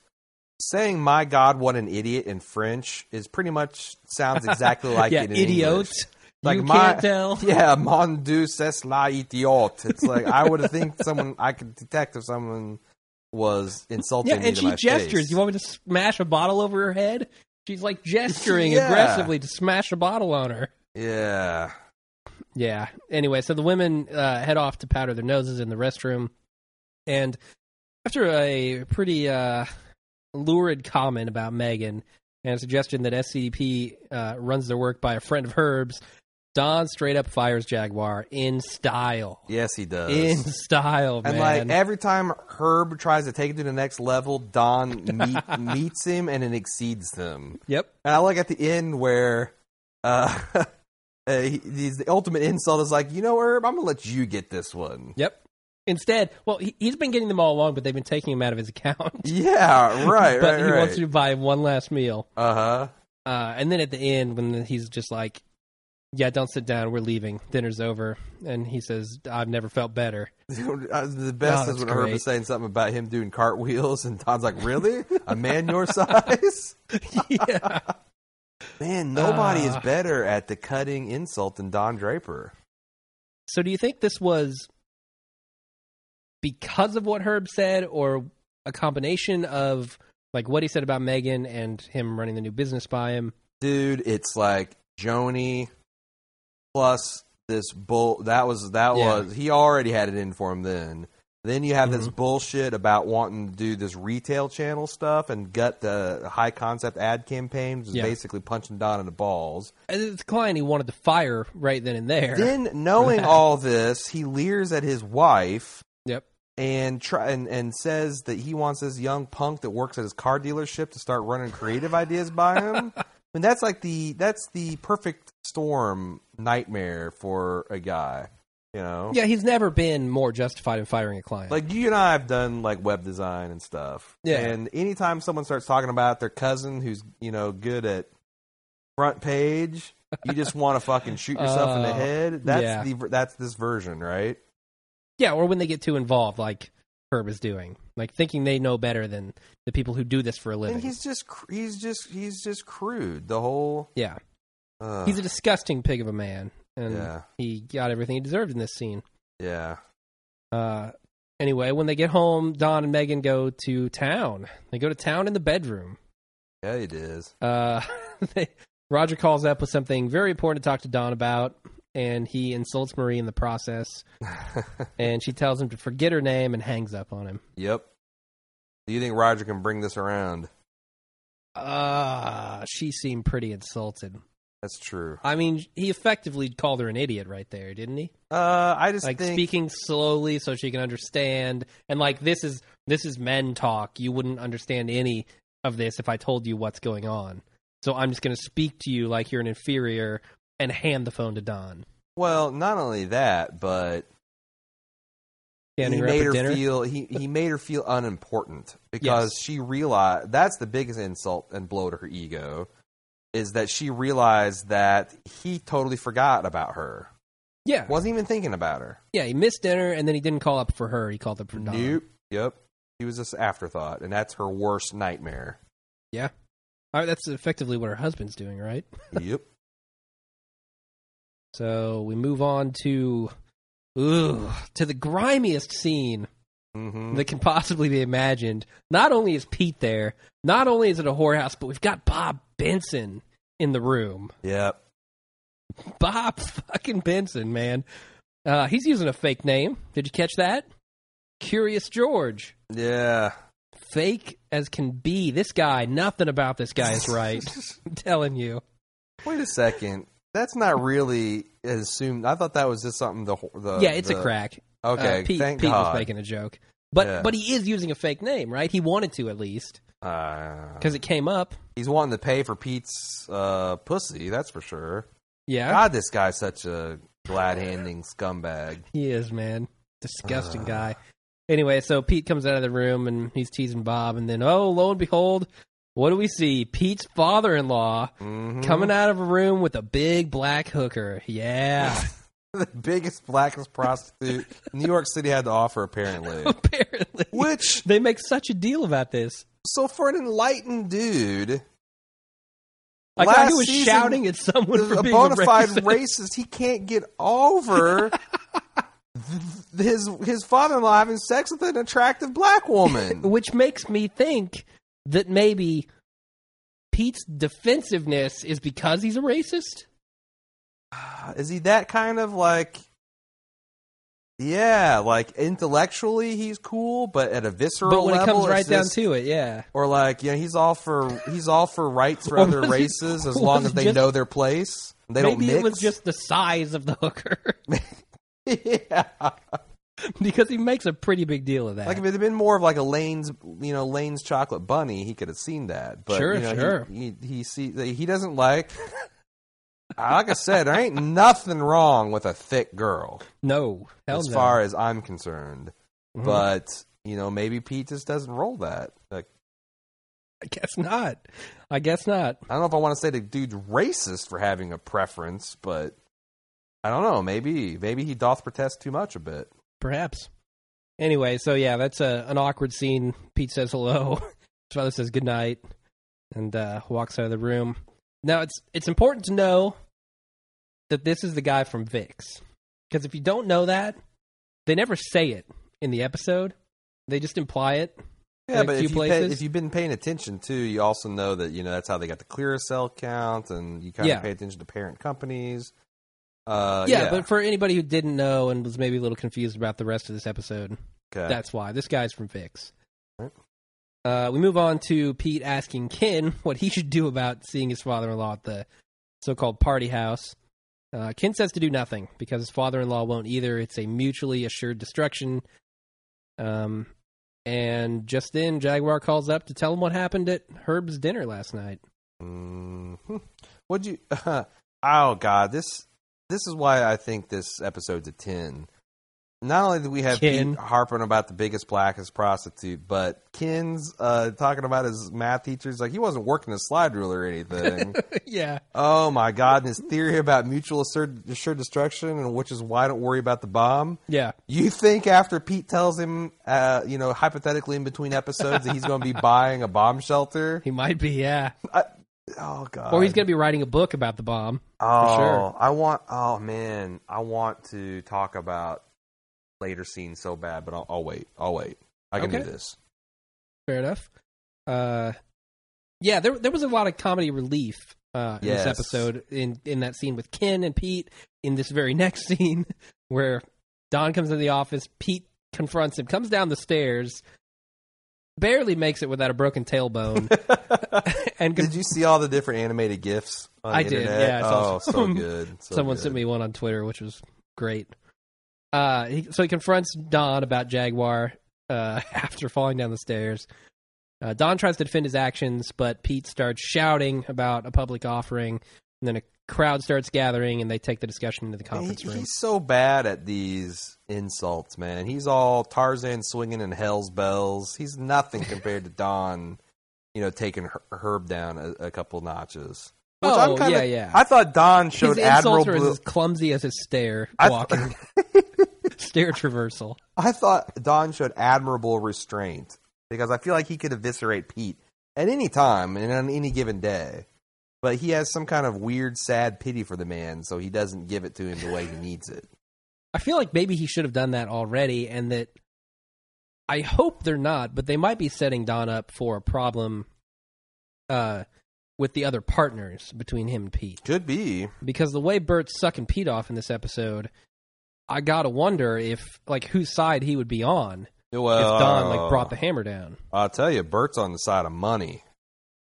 S2: Saying "My God, what an idiot" in French is pretty much sounds exactly like
S1: yeah,
S2: it in
S1: idiot.
S2: English. Like
S1: you
S2: my-
S1: can't tell.
S2: Yeah, mon dieu, c'est la idiot. It's like I would think someone I could detect if someone was insulting
S1: Yeah,
S2: me
S1: and
S2: to
S1: she
S2: my
S1: gestures.
S2: face.
S1: You want me to smash a bottle over her head? She's like gesturing
S2: Yeah.
S1: aggressively to smash a bottle on her.
S2: Yeah.
S1: Yeah. Anyway, so the women uh, head off to powder their noses in the restroom, and after a pretty uh, lurid comment about Megan and a suggestion that SCP uh, runs their work by a friend of Herb's, Don straight up fires Jaguar in style.
S2: Yes, he does.
S1: In style,
S2: and
S1: man.
S2: like eh. every time Herb tries to take it to the next level, Don meet, meets him and it exceeds him.
S1: yep.
S2: And I like at the end where uh, uh, he, he's the ultimate insult is like, you know, Herb, I'm gonna let you get this one.
S1: Yep. Instead, well, he, he's been getting them all along, but they've been taking him out of his account.
S2: Yeah, right,
S1: but
S2: right,
S1: he
S2: right.
S1: wants to buy him one last meal.
S2: Uh huh.
S1: Uh, and then at the end, when he's just like, "Yeah, don't sit down. We're leaving. Dinner's over." And he says, "I've never felt better."
S2: Uh, The best
S1: Oh,
S2: is
S1: that's
S2: when Herb
S1: great.
S2: is saying something about him doing cartwheels, and Don's like, "Really? A man your size?
S1: yeah,
S2: Man, nobody
S1: Ah.
S2: is better at the cutting insult than Don Draper."
S1: So do you think this was because of what Herb said or a combination of like what he said about Megan and him running the new business by him?
S2: Dude, it's like Joni plus this bull. That was that
S1: Yeah. Mm-hmm.
S2: was he already had it in for him then. Then you have this bullshit about wanting to do this retail channel stuff and gut the high concept ad campaigns, is
S1: Yeah.
S2: basically punching Don in the balls.
S1: And It's a client he wanted to fire right then and there.
S2: Then, knowing all this, he leers at his wife
S1: yep.
S2: and try and, and says that he wants this young punk that works at his car dealership to start running creative ideas by him. I mean, that's like the that's the perfect storm nightmare for a guy, you know.
S1: Yeah, he's never been more justified in firing a client.
S2: Like you and I have done like web design and stuff.
S1: Yeah.
S2: And anytime someone starts talking about their cousin who's you know good at front page, you just want to fucking shoot yourself in the
S1: Oh,
S2: head. That's
S1: yeah.
S2: the that's this version, right?
S1: Yeah, or when they get too involved, like Herb is doing, like thinking they know better than the people who do this for a living.
S2: And he's just cr- he's just he's just crude. The whole
S1: yeah,
S2: uh,
S1: he's a disgusting pig of a man, and
S2: Yeah.
S1: he got everything he deserved in this scene.
S2: Yeah.
S1: Uh, anyway, when they get home, Don and Megan go to town. They go to town in the bedroom.
S2: Yeah, it is.
S1: Uh, they, Roger calls up with something very important to talk to Don about, and he insults Marie in the process. and she tells him to forget her name and hangs up on him.
S2: Yep. Do you think Roger can bring this around?
S1: Uh, she seemed pretty insulted.
S2: That's true.
S1: I mean, he effectively called her an idiot right there, didn't he?
S2: Uh, I just
S1: Like
S2: think
S1: speaking slowly so she can understand, and like this is this is men talk. You wouldn't understand any of this if I told you what's going on. So I'm just going to speak to you like you're an inferior and hand the phone to Don.
S2: well, not only that, but
S1: Standing
S2: he
S1: her up
S2: made
S1: at
S2: her
S1: dinner.
S2: feel he, he made her feel unimportant because
S1: Yes.
S2: she realized that's the biggest insult and blow to her ego is that she realized that he totally forgot about her.
S1: yeah,
S2: Wasn't even thinking about her.
S1: yeah. He missed dinner and then he didn't call up for her. He called up for Don.
S2: Nope. Yep. He was just afterthought, and that's her worst nightmare.
S1: Yeah, All right, that's effectively what her husband's doing, right?
S2: yep.
S1: So we move on to ooh, to the grimiest scene
S2: Mm-hmm.
S1: that can possibly be imagined. Not only is Pete there, not only is it a whorehouse, but we've got Bob Benson in the room.
S2: Yep.
S1: Bob fucking Benson, man. Uh, he's using a fake name. Did you catch that? Curious George.
S2: Yeah.
S1: Fake as can be. This guy, nothing about this guy is right. I'm telling you.
S2: Wait a second. That's not really assumed. I thought that was just something the wh- the
S1: yeah, it's
S2: the-
S1: a crack. Uh,
S2: Okay,
S1: Pete,
S2: thank
S1: Pete
S2: God.
S1: was making a joke. But
S2: Yeah.
S1: but he is using a fake name, right? He wanted to at least
S2: Uh,
S1: because it came up.
S2: he's wanting to pay for Pete's uh, pussy. That's for sure.
S1: Yeah,
S2: God, this guy's such a glad-handing scumbag.
S1: he is, man. Disgusting
S2: Ugh.
S1: guy. Anyway, so Pete comes out of the room and he's teasing Bob, and then oh, lo and behold, what do we see? Pete's father-in-law
S2: Mhm.
S1: coming out of a room with a big black hooker. Yeah,
S2: the biggest, blackest prostitute New York City had to offer, apparently.
S1: apparently
S2: Which
S1: they make such a deal about this.
S2: so for an enlightened dude,
S1: A guy
S2: Last
S1: who was
S2: season,
S1: shouting at someone for
S2: a
S1: being
S2: bona fide
S1: racist.
S2: racist, he can't get over th- his his father in law having sex with an attractive black woman.
S1: which makes me think that maybe Pete's defensiveness is because he's a racist.
S2: Is he that kind of like? Yeah, like intellectually he's cool, but at a visceral
S1: But when it
S2: level,
S1: comes right
S2: it's
S1: down
S2: just-
S1: to it, yeah,
S2: or like yeah, he's all for he's all for rights for
S1: Or
S2: other
S1: was it-
S2: races as
S1: was
S2: long
S1: it
S2: as they
S1: just-
S2: know their place. They don't
S1: maybe
S2: mix.
S1: it was just the size of the hooker
S2: yeah.
S1: because he makes a pretty big deal of that.
S2: Like if it had been more of like a Lane's, you know, Lane's chocolate bunny, he could have seen that. But
S1: Sure,
S2: you know,
S1: sure.
S2: He, he, he see he doesn't like. like I said, there ain't nothing wrong with a thick girl
S1: no, hell
S2: as
S1: no.
S2: far as I'm concerned.
S1: Mhm.
S2: But you know, maybe Pete just doesn't roll that. Like
S1: I guess not. I guess not.
S2: I don't know if I want to say the dude's racist for having a preference, but I don't know. Maybe maybe he doth protest too much a bit.
S1: Perhaps. Anyway, so yeah, that's a, an awkward scene. Pete says hello. His father says good night, and uh, walks out of the room. Now it's it's important to know that this is the guy from Vix, because if you don't know that, they never say it in the episode. They just imply it.
S2: Yeah,
S1: in a
S2: but
S1: few
S2: if, you pay,
S1: places.
S2: if you've been paying attention too, you also know that you know that's how they got the clear cell count, and you kind
S1: Yeah.
S2: of pay attention to parent companies. Uh,
S1: yeah, but for anybody who didn't know and was maybe a little confused about the rest of this episode,
S2: okay.
S1: That's why. This guy's from Vix.
S2: Right.
S1: Uh, we move on to Pete asking Ken what he should do about seeing his father in law at the so called party house. Uh, Ken says to do nothing because his father in law won't either. It's a mutually assured destruction. Um, and just then, Jaguar calls up to tell him what happened at Herb's dinner last night.
S2: Mhm. What'd you? oh God, this this is why I think this episode's a ten. Not only do we have
S1: Ken.
S2: Pete harping about the biggest blackest prostitute, but Ken's uh, talking about his math teachers like he wasn't working a slide rule or anything.
S1: yeah.
S2: Oh my God! And his theory about mutual assured, assured destruction, and which is why don't worry about the bomb.
S1: Yeah.
S2: You think after Pete tells him, uh, you know, hypothetically in between episodes, that he's going to be buying a bomb shelter?
S1: He might be, yeah.
S2: Oh God!
S1: Or he's going to be writing a book about the bomb.
S2: Oh,
S1: sure.
S2: I want. Oh man, I want to talk about later scenes so bad, but I'll, I'll wait. I'll wait. I can
S1: Okay.
S2: do this.
S1: Fair enough. Uh, yeah, there there was a lot of comedy relief uh, in
S2: Yes.
S1: this episode in in that scene with Ken and Pete. In this very next scene, where Don comes into the office, Pete confronts him, comes down the stairs, barely makes it without a broken tailbone, and
S2: Did you see all the different animated gifs? On the
S1: I did,
S2: internet?
S1: yeah, I saw
S2: oh,
S1: some.
S2: so good. So
S1: Someone
S2: good.
S1: sent me one on Twitter, which was great. Uh, he, so he confronts Don about Jaguar uh, after falling down the stairs. Uh, Don tries to defend his actions, but Pete starts shouting about a public offering, and then a crowd starts gathering, and they take the discussion into the conference
S2: He-
S1: room.
S2: He's so bad at these insults, man. He's all Tarzan swinging and hell's bells. He's nothing compared to Don, you know, taking Her- Herb down a, a couple notches. Which
S1: Oh,
S2: I'm kinda,
S1: yeah, yeah.
S2: I thought Don
S1: His
S2: showed
S1: insults are
S2: admirable.
S1: as clumsy as his stare
S2: I-
S1: walking, stare traversal.
S2: I thought Don showed admirable restraint because I feel like he could eviscerate Pete at any time and on any given day. But he has some kind of weird, sad pity for the man, so he doesn't give it to him the way he needs it.
S1: I feel like maybe he should have done that already, and that I hope they're not, but they might be setting Don up for a problem uh, with the other partners between him and Pete.
S2: Could be.
S1: Because the way Bert's sucking Pete off in this episode, I gotta wonder if like whose side he would be on
S2: Well,
S1: if Don like brought
S2: Oh.
S1: the hammer down.
S2: I'll tell you, Bert's on the side of money.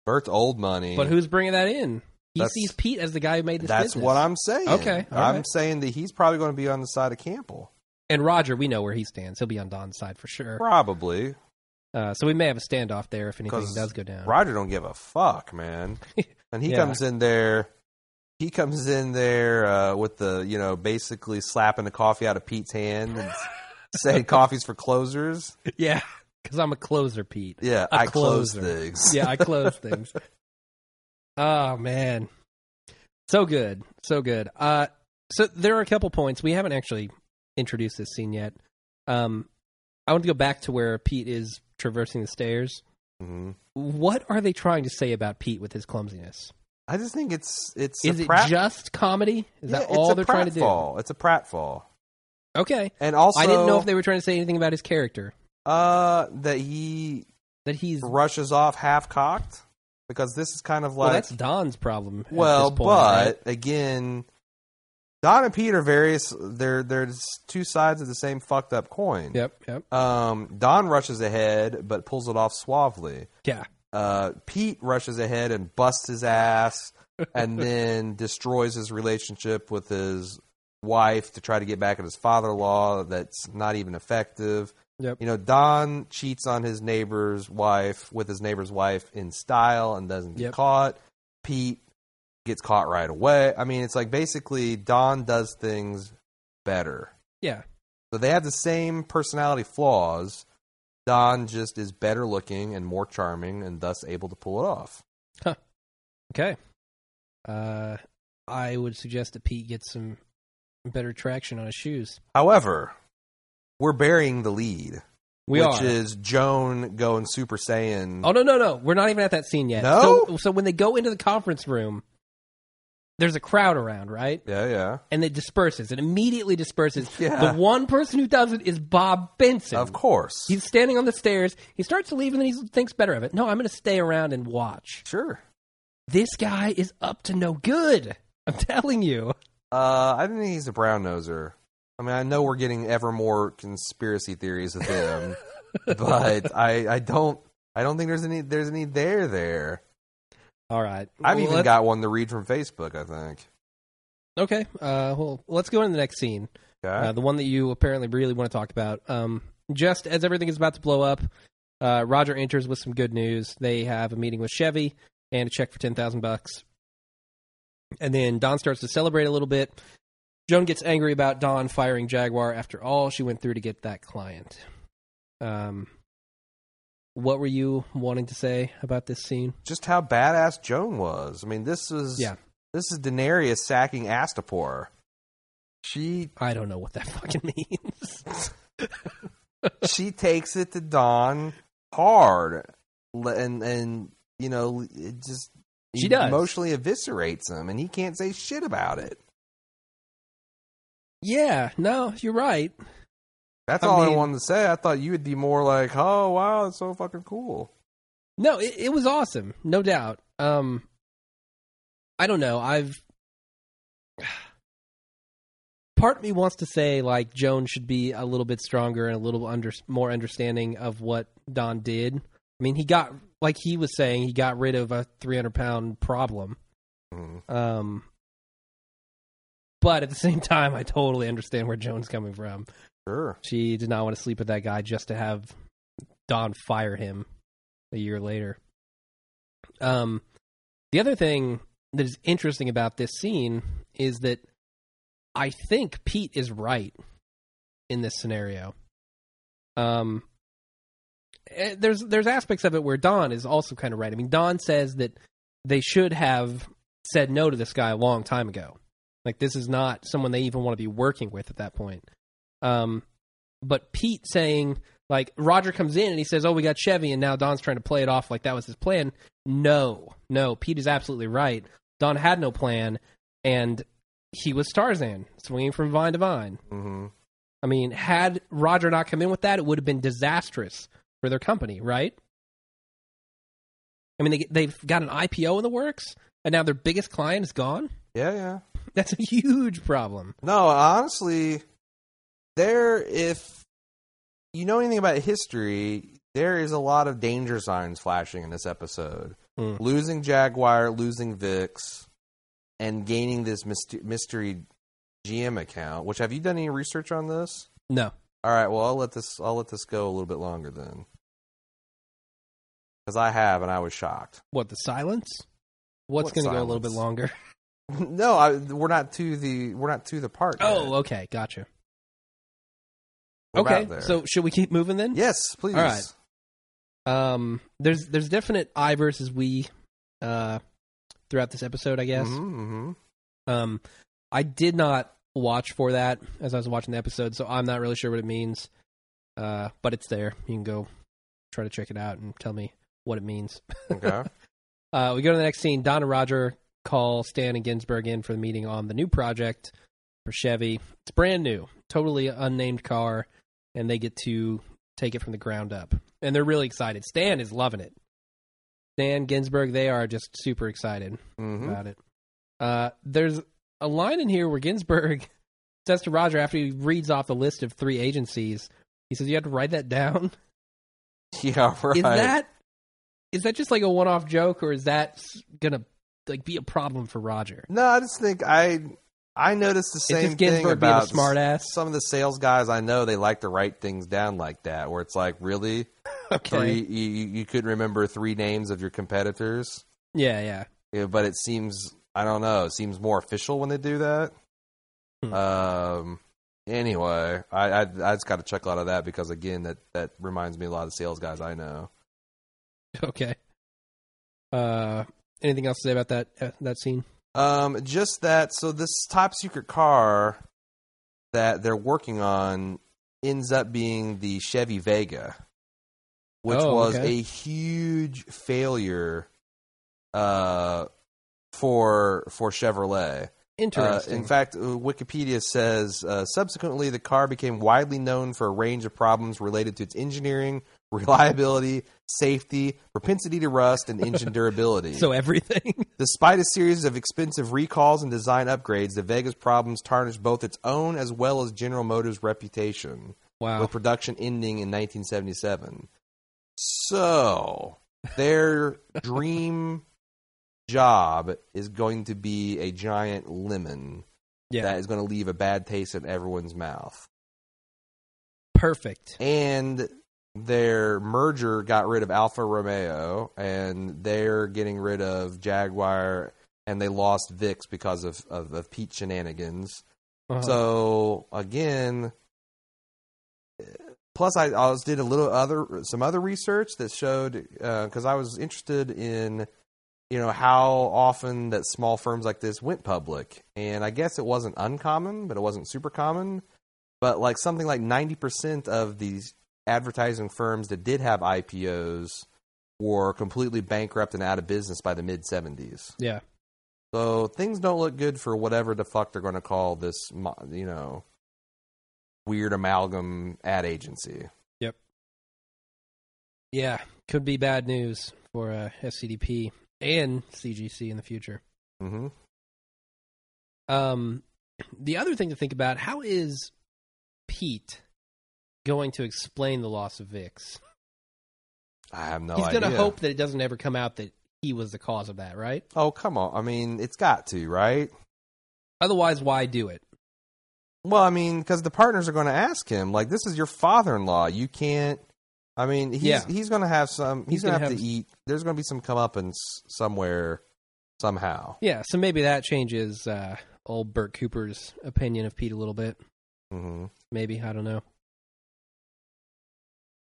S2: Bert's old money.
S1: But who's bringing that in? He
S2: That's-
S1: sees Pete as the guy who made this.
S2: That's
S1: business.
S2: what I'm saying.
S1: Okay, all
S2: I'm
S1: right.
S2: saying that he's probably going to be on the side of Campbell.
S1: And Roger, we know where he stands. He'll be on Don's side for sure.
S2: Probably.
S1: Uh, so we may have a standoff there if anything
S2: 'Cause
S1: does go down.
S2: Roger don't give a fuck, man. And he
S1: Yeah.
S2: comes in there. He comes in there uh, with the, you know, basically slapping the coffee out of Pete's hand and saying coffee's for closers.
S1: Yeah, because I'm a closer, Pete.
S2: Yeah,
S1: A
S2: I close
S1: closer.
S2: things.
S1: Yeah, I close things. Oh man, so good, so good. Uh, so there are a couple points we haven't actually introduced this scene yet. Um, I want to go back to where Pete is traversing the stairs.
S2: hmm
S1: What are they trying to say about Pete with his clumsiness?
S2: I just think it's it's
S1: Is
S2: a
S1: it
S2: prat-
S1: just comedy? Is
S2: yeah,
S1: that all
S2: it's a
S1: they're trying to do?
S2: pratfall. It's a pratfall.
S1: Okay,
S2: And also,
S1: I didn't know if they were trying to say anything about his character
S2: uh, that he
S1: that he's
S2: rushes off half cocked because this is kind of
S1: well.
S2: like
S1: That's Don's problem. at
S2: Well,
S1: this point,
S2: but
S1: right?
S2: again, Don and Pete are various. They're there's two sides of the same fucked up coin.
S1: yep, yep,
S2: Um, Don rushes ahead but pulls it off suavely.
S1: yeah.
S2: Uh, Pete rushes ahead and busts his ass, and then destroys his relationship with his wife to try to get back at his father-in-law. That's not even effective.
S1: Yep.
S2: You know, Don cheats on his neighbor's wife with his neighbor's wife in style and doesn't get
S1: Yep.
S2: caught. Pete gets caught right away. I mean, it's like basically Don does things better.
S1: Yeah.
S2: So they have the same personality flaws. Don just is better looking and more charming and thus able to pull it off.
S1: Okay. Uh, I would suggest that Pete gets some better traction on his shoes.
S2: However, we're burying the lead,
S1: We
S2: which
S1: are.
S2: is Joan going Super Saiyan.
S1: oh no, no, no! We're not even at that scene yet.
S2: No?
S1: So, so when they go into the conference room, there's a crowd around, right?
S2: Yeah, yeah.
S1: And it disperses. It immediately disperses.
S2: Yeah.
S1: The one person who doesn't is Bob Benson.
S2: Of course.
S1: He's standing on the stairs. He starts to leave, and then he thinks better of it. No, I'm going to stay around and watch.
S2: sure.
S1: This guy is up to no good. I'm telling you.
S2: Uh, I think he's a brown noser. I mean, I know we're getting ever more conspiracy theories with him, but I, I don't, I don't think there's any, there's any there there.
S1: All right.
S2: I've
S1: Well,
S2: even
S1: let's-
S2: got one to read from Facebook. I think.
S1: Okay. Uh, well, let's go on to the next scene.
S2: Okay.
S1: Uh, the one that you apparently really want to talk about. Um, just as everything is about to blow up, uh, Roger enters with some good news. They have a meeting with Chevy and a check for ten thousand bucks. And then Don starts to celebrate a little bit. Joan gets angry about Don firing Jaguar after all she went through to get that client. Um, what were you wanting to say about this scene?
S2: Just how badass Joan was. I mean, this is,
S1: Yeah.
S2: this is Daenerys sacking Astapor. She
S1: I don't know what that fucking means.
S2: she takes it to Don hard, le- and and you know it just
S1: She does.
S2: emotionally eviscerates him, and he can't say shit about it.
S1: yeah, no, you're right.
S2: That's
S1: I
S2: all I
S1: mean-
S2: wanted to say. I thought you would be more like, "Oh wow, that's so fucking cool."
S1: No, it, it was awesome, no doubt. Um, I don't know. I've part of me wants to say like Joan should be a little bit stronger and a little under more understanding of what Don did. I mean, he got like he was saying he got rid of a three hundred pound problem.
S2: Mhm.
S1: Um, but at the same time, I totally understand where Joan's coming from.
S2: Sure.
S1: She did not want to sleep with that guy just to have Don fire him a year later. Um, the other thing that is interesting about this scene is that I think Pete is right in this scenario. Um, eh, there's there's aspects of it where Don is also kind of right. I mean, Don says that they should have said no to this guy a long time ago. Like this is not someone they even want to be working with at that point. Um, but Pete saying like Roger comes in and he says, "Oh, we got Chevy," and now Don's trying to play it off like that was his plan. No, no, Pete is absolutely right. Don had no plan, and he was Tarzan swinging from vine to vine.
S2: hmm
S1: I mean, had Roger not come in with that, it would have been disastrous for their company, right? I mean, they, they've got an IPO in the works, and now their biggest client is gone.
S2: Yeah, yeah.
S1: That's a huge problem.
S2: No, honestly, there if you know anything about history, there is a lot of danger signs flashing in this episode.
S1: Hmm.
S2: Losing Jaguar, losing Vix, and gaining this myst- mystery GM account. Which have you done any research on this?
S1: No.
S2: All right, well I'll let this I'll let this go a little bit longer then, because I have and I was shocked.
S1: What, the silence? What's
S2: What
S1: going to go a little bit
S2: silence?
S1: longer?
S2: no, I, we're not to the we're not to the part. yet.
S1: Oh, okay. Gotcha.
S2: We're
S1: okay.
S2: about there.
S1: So, should we keep moving then?
S2: yes, please.
S1: All right. Um, there's there's definite I versus we uh, throughout this episode, I guess.
S2: hmm
S1: Um, I did not watch for that as I was watching the episode, so I'm not really sure what it means. Uh, but it's there. You can go try to check it out and tell me what it means.
S2: Okay.
S1: Uh, we go to the next scene. Don and Roger call Stan and Ginsburg in for the meeting on the new project for Chevy. It's brand new, totally unnamed car, and they get to take it from the ground up. And they're really excited. Stan is loving it. Stan, Ginsburg, they are just super excited
S2: hmm
S1: about it. Uh, there's a line in here where Ginsburg says to Roger after he reads off the list of three agencies, he says, You have to write that down.
S2: Yeah, right.
S1: Is that is that just like a one-off joke, or is that s- gonna like be a problem for Roger?
S2: No, I just think I I noticed the
S1: Is this
S2: same thing
S1: Ginsburg being a
S2: about
S1: smart ass?
S2: some of the sales guys I know. They like to write things down like that, where it's like really
S1: Okay.
S2: three. You, you you couldn't remember three names of your competitors,
S1: Yeah, yeah.
S2: Yeah, Eh, but it seems I don't know. It seems more official when they do that.
S1: Hmm.
S2: Um. Anyway, I I, I just got to chuckle out of that because again, that that reminds me a lot of sales guys I know.
S1: Okay. Uh, anything else to say about that uh, that scene?
S2: Um, just that. So this top secret car that they're working on ends up being the Chevy Vega, which
S1: Oh,
S2: was
S1: okay.
S2: a huge failure uh, for for Chevrolet. Uh,
S1: Interesting.
S2: in fact, uh, Wikipedia says uh, subsequently the car became widely known for a range of problems related to its engineering, reliability, safety, propensity to rust, and engine durability.
S1: so everything.
S2: Despite a series of expensive recalls and design upgrades, the Vega's problems tarnished both its own as well as General Motors' reputation,
S1: wow.
S2: with production ending in 1977. So, their dream job is going to be a giant lemon
S1: Yeah.
S2: that is going to leave a bad taste in everyone's mouth.
S1: Perfect.
S2: And their merger got rid of Alfa Romeo, and they're getting rid of Jaguar, and they lost Vix because of of, of Pete shenanigans.
S1: Uh-huh.
S2: So again, plus I, I was did a little other some other research that showed because I was interested in you know how often that small firms like this went public, and I guess it wasn't uncommon, but it wasn't super common. But like something like ninety percent of these advertising firms that did have IPOs were completely bankrupt and out of business by the mid seventies.
S1: yeah.
S2: So things don't look good for whatever the fuck they're going to call this, mo- you know, weird amalgam ad agency.
S1: Yeah. Could be bad news for uh, SCDP and CGC in the future.
S2: hmm
S1: Um, the other thing to think about: how is Pete going to explain the loss of Vix?
S2: I have no
S1: He's
S2: idea.
S1: going to hope that it doesn't ever come out that he was the cause of that, right?
S2: Oh come on! I mean, it's got to right.
S1: Otherwise, why do it?
S2: Well, I mean, because the partners are going to ask him, like, this is your father-in-law. You can't. I mean, he's
S1: Yeah.
S2: he's going to have some. He's,
S1: He's
S2: going to
S1: gonna
S2: have, to
S1: have-
S2: eat. There's going to be some comeuppance somewhere, somehow.
S1: Yeah, so maybe that changes uh, old Bert Cooper's opinion of Pete a little bit.
S2: hmm
S1: Maybe I don't know.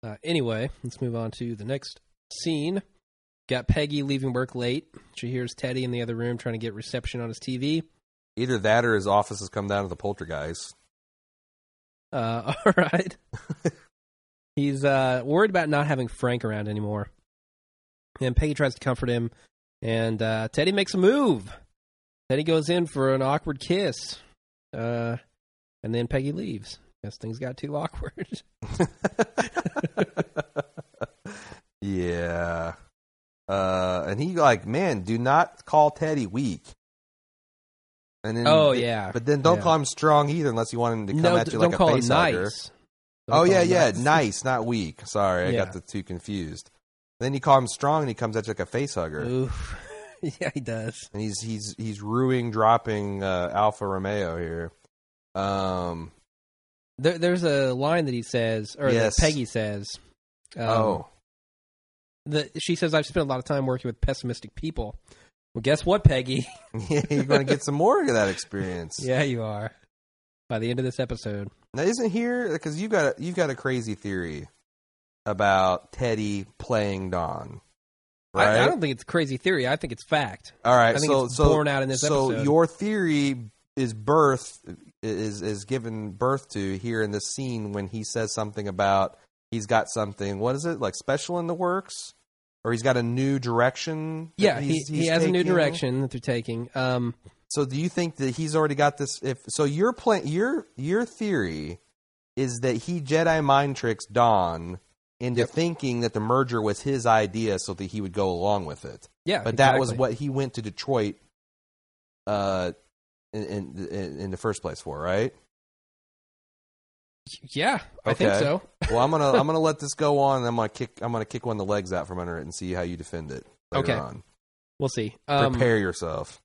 S1: Uh, anyway, let's move on to the next scene. Got Peggy leaving work late. She hears Teddy in the other room trying to get reception on his TV.
S2: Either that or his office has come down to the poltergeist.
S1: Uh, all right. He's uh, worried about not having Frank around anymore. And Peggy tries to comfort him, and uh, Teddy makes a move. Teddy goes in for an awkward kiss, uh, and then Peggy leaves. Guess things got too awkward.
S2: Yeah. Uh, and he like, man, do not call Teddy weak. And then,
S1: Oh, yeah.
S2: But then don't
S1: Yeah.
S2: call him strong either, unless you want him to come
S1: no,
S2: at
S1: d-
S2: you
S1: don't
S2: like a
S1: call
S2: face
S1: it
S2: hugger.
S1: nice. Don't
S2: oh
S1: call
S2: yeah,
S1: it
S2: yeah, nice, not weak. Sorry, I
S1: Yeah.
S2: got the two confused. Then you call him strong, and he comes at you like a face hugger,
S1: Oof. yeah, he does.
S2: and he's he's he's ruining, dropping uh, Alpha Romeo here. Um,
S1: There, there's a line that he says, or
S2: Yes.
S1: that Peggy says. Um,
S2: oh,
S1: the, she says, "I've spent a lot of time working with pessimistic people." Well, guess what, Peggy?
S2: yeah, you're going to get some more of that experience.
S1: yeah, you are. By the end of this episode,
S2: Now, isn't here because you got a, you've got a crazy theory about Teddy playing Don,
S1: I-
S2: right?
S1: I, don't think it's a crazy theory. I think it's fact.
S2: All right,
S1: I think
S2: so
S1: it's
S2: so
S1: borne out in this
S2: so
S1: episode.
S2: your theory is birth is is given birth to here in this scene when he says something about he's got something. What is it like special in the works, or he's got a new direction? that
S1: yeah,
S2: he's-
S1: he,
S2: he's
S1: he has a new
S2: taking?
S1: direction that they're taking. Um,
S2: So do you think that he's already got this? If so, your plan, your your theory is that he Jedi mind tricks Don into thinking that the merger was his idea, so that he would go along with it.
S1: yeah,
S2: But that was
S1: exactly.
S2: what he went to Detroit, uh, in in, in in the first place for, right?
S1: Yeah, I think
S2: Okay.
S1: so.
S2: Well, I'm gonna I'm gonna let this go on. And I'm gonna kick I'm gonna kick one of the legs out from under it and see how you defend it. Later
S1: Okay.
S2: on.
S1: We'll see. Um,
S2: prepare yourself.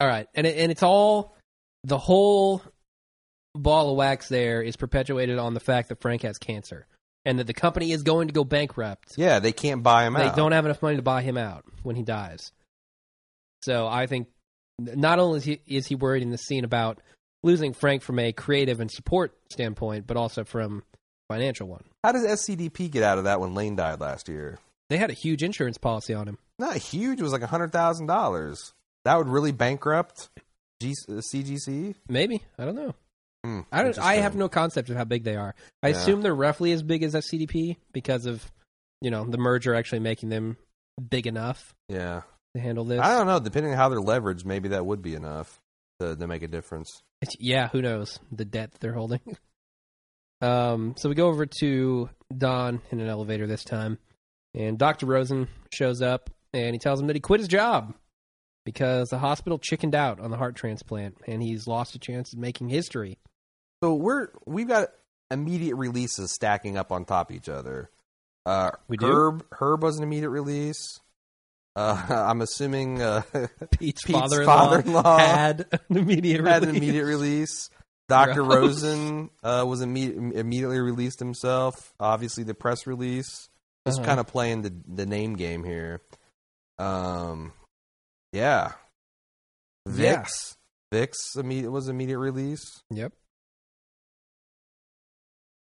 S1: All right, and it, and it's all the whole ball of wax there is perpetuated on the fact that Frank has cancer and that the company is going to go bankrupt.
S2: Yeah, they can't buy him
S1: They
S2: out.
S1: don't have enough money to buy him out when he dies. So I think not only is he, is he worried in the scene about losing Frank from a creative and support standpoint, but also from financial one.
S2: How does SCDP get out of that when Lane died last year?
S1: They had a huge insurance policy on him.
S2: not huge. It was like a hundred thousand dollars. That would really bankrupt G- uh, CGC.
S1: Maybe I don't know.
S2: Hmm,
S1: I don't. I
S2: interesting.
S1: have no concept of how big they are. I
S2: Yeah.
S1: assume they're roughly as big as SCDP because of you know the merger actually making them big enough
S2: Yeah,
S1: to handle this.
S2: I don't know. Depending on how they're leveraged, maybe that would be enough to, to make a difference.
S1: It's- yeah, who knows the debt that they're holding. um, so we go over to Don in an elevator this time, and Doctor Rosen shows up and he tells him that he quit his job because the hospital chickened out on the heart transplant and he's lost a chance at making history.
S2: So we're we've got immediate releases stacking up on top of each other. Uh,
S1: We do?
S2: Herb Herb was an immediate release. Uh, I'm assuming uh,
S1: Pete's,
S2: Pete's
S1: father-in-law,
S2: father-in-law
S1: had an immediate
S2: had an
S1: release.
S2: immediate release. Doctor
S1: Gross.
S2: Rosen uh, was imme- immediately released himself. Obviously, the press release. Just
S1: Uh-huh.
S2: kind of playing the the name game here. Um, yeah.
S1: Yeah.
S2: Vix. Vix immediate was immediate release.
S1: Yep.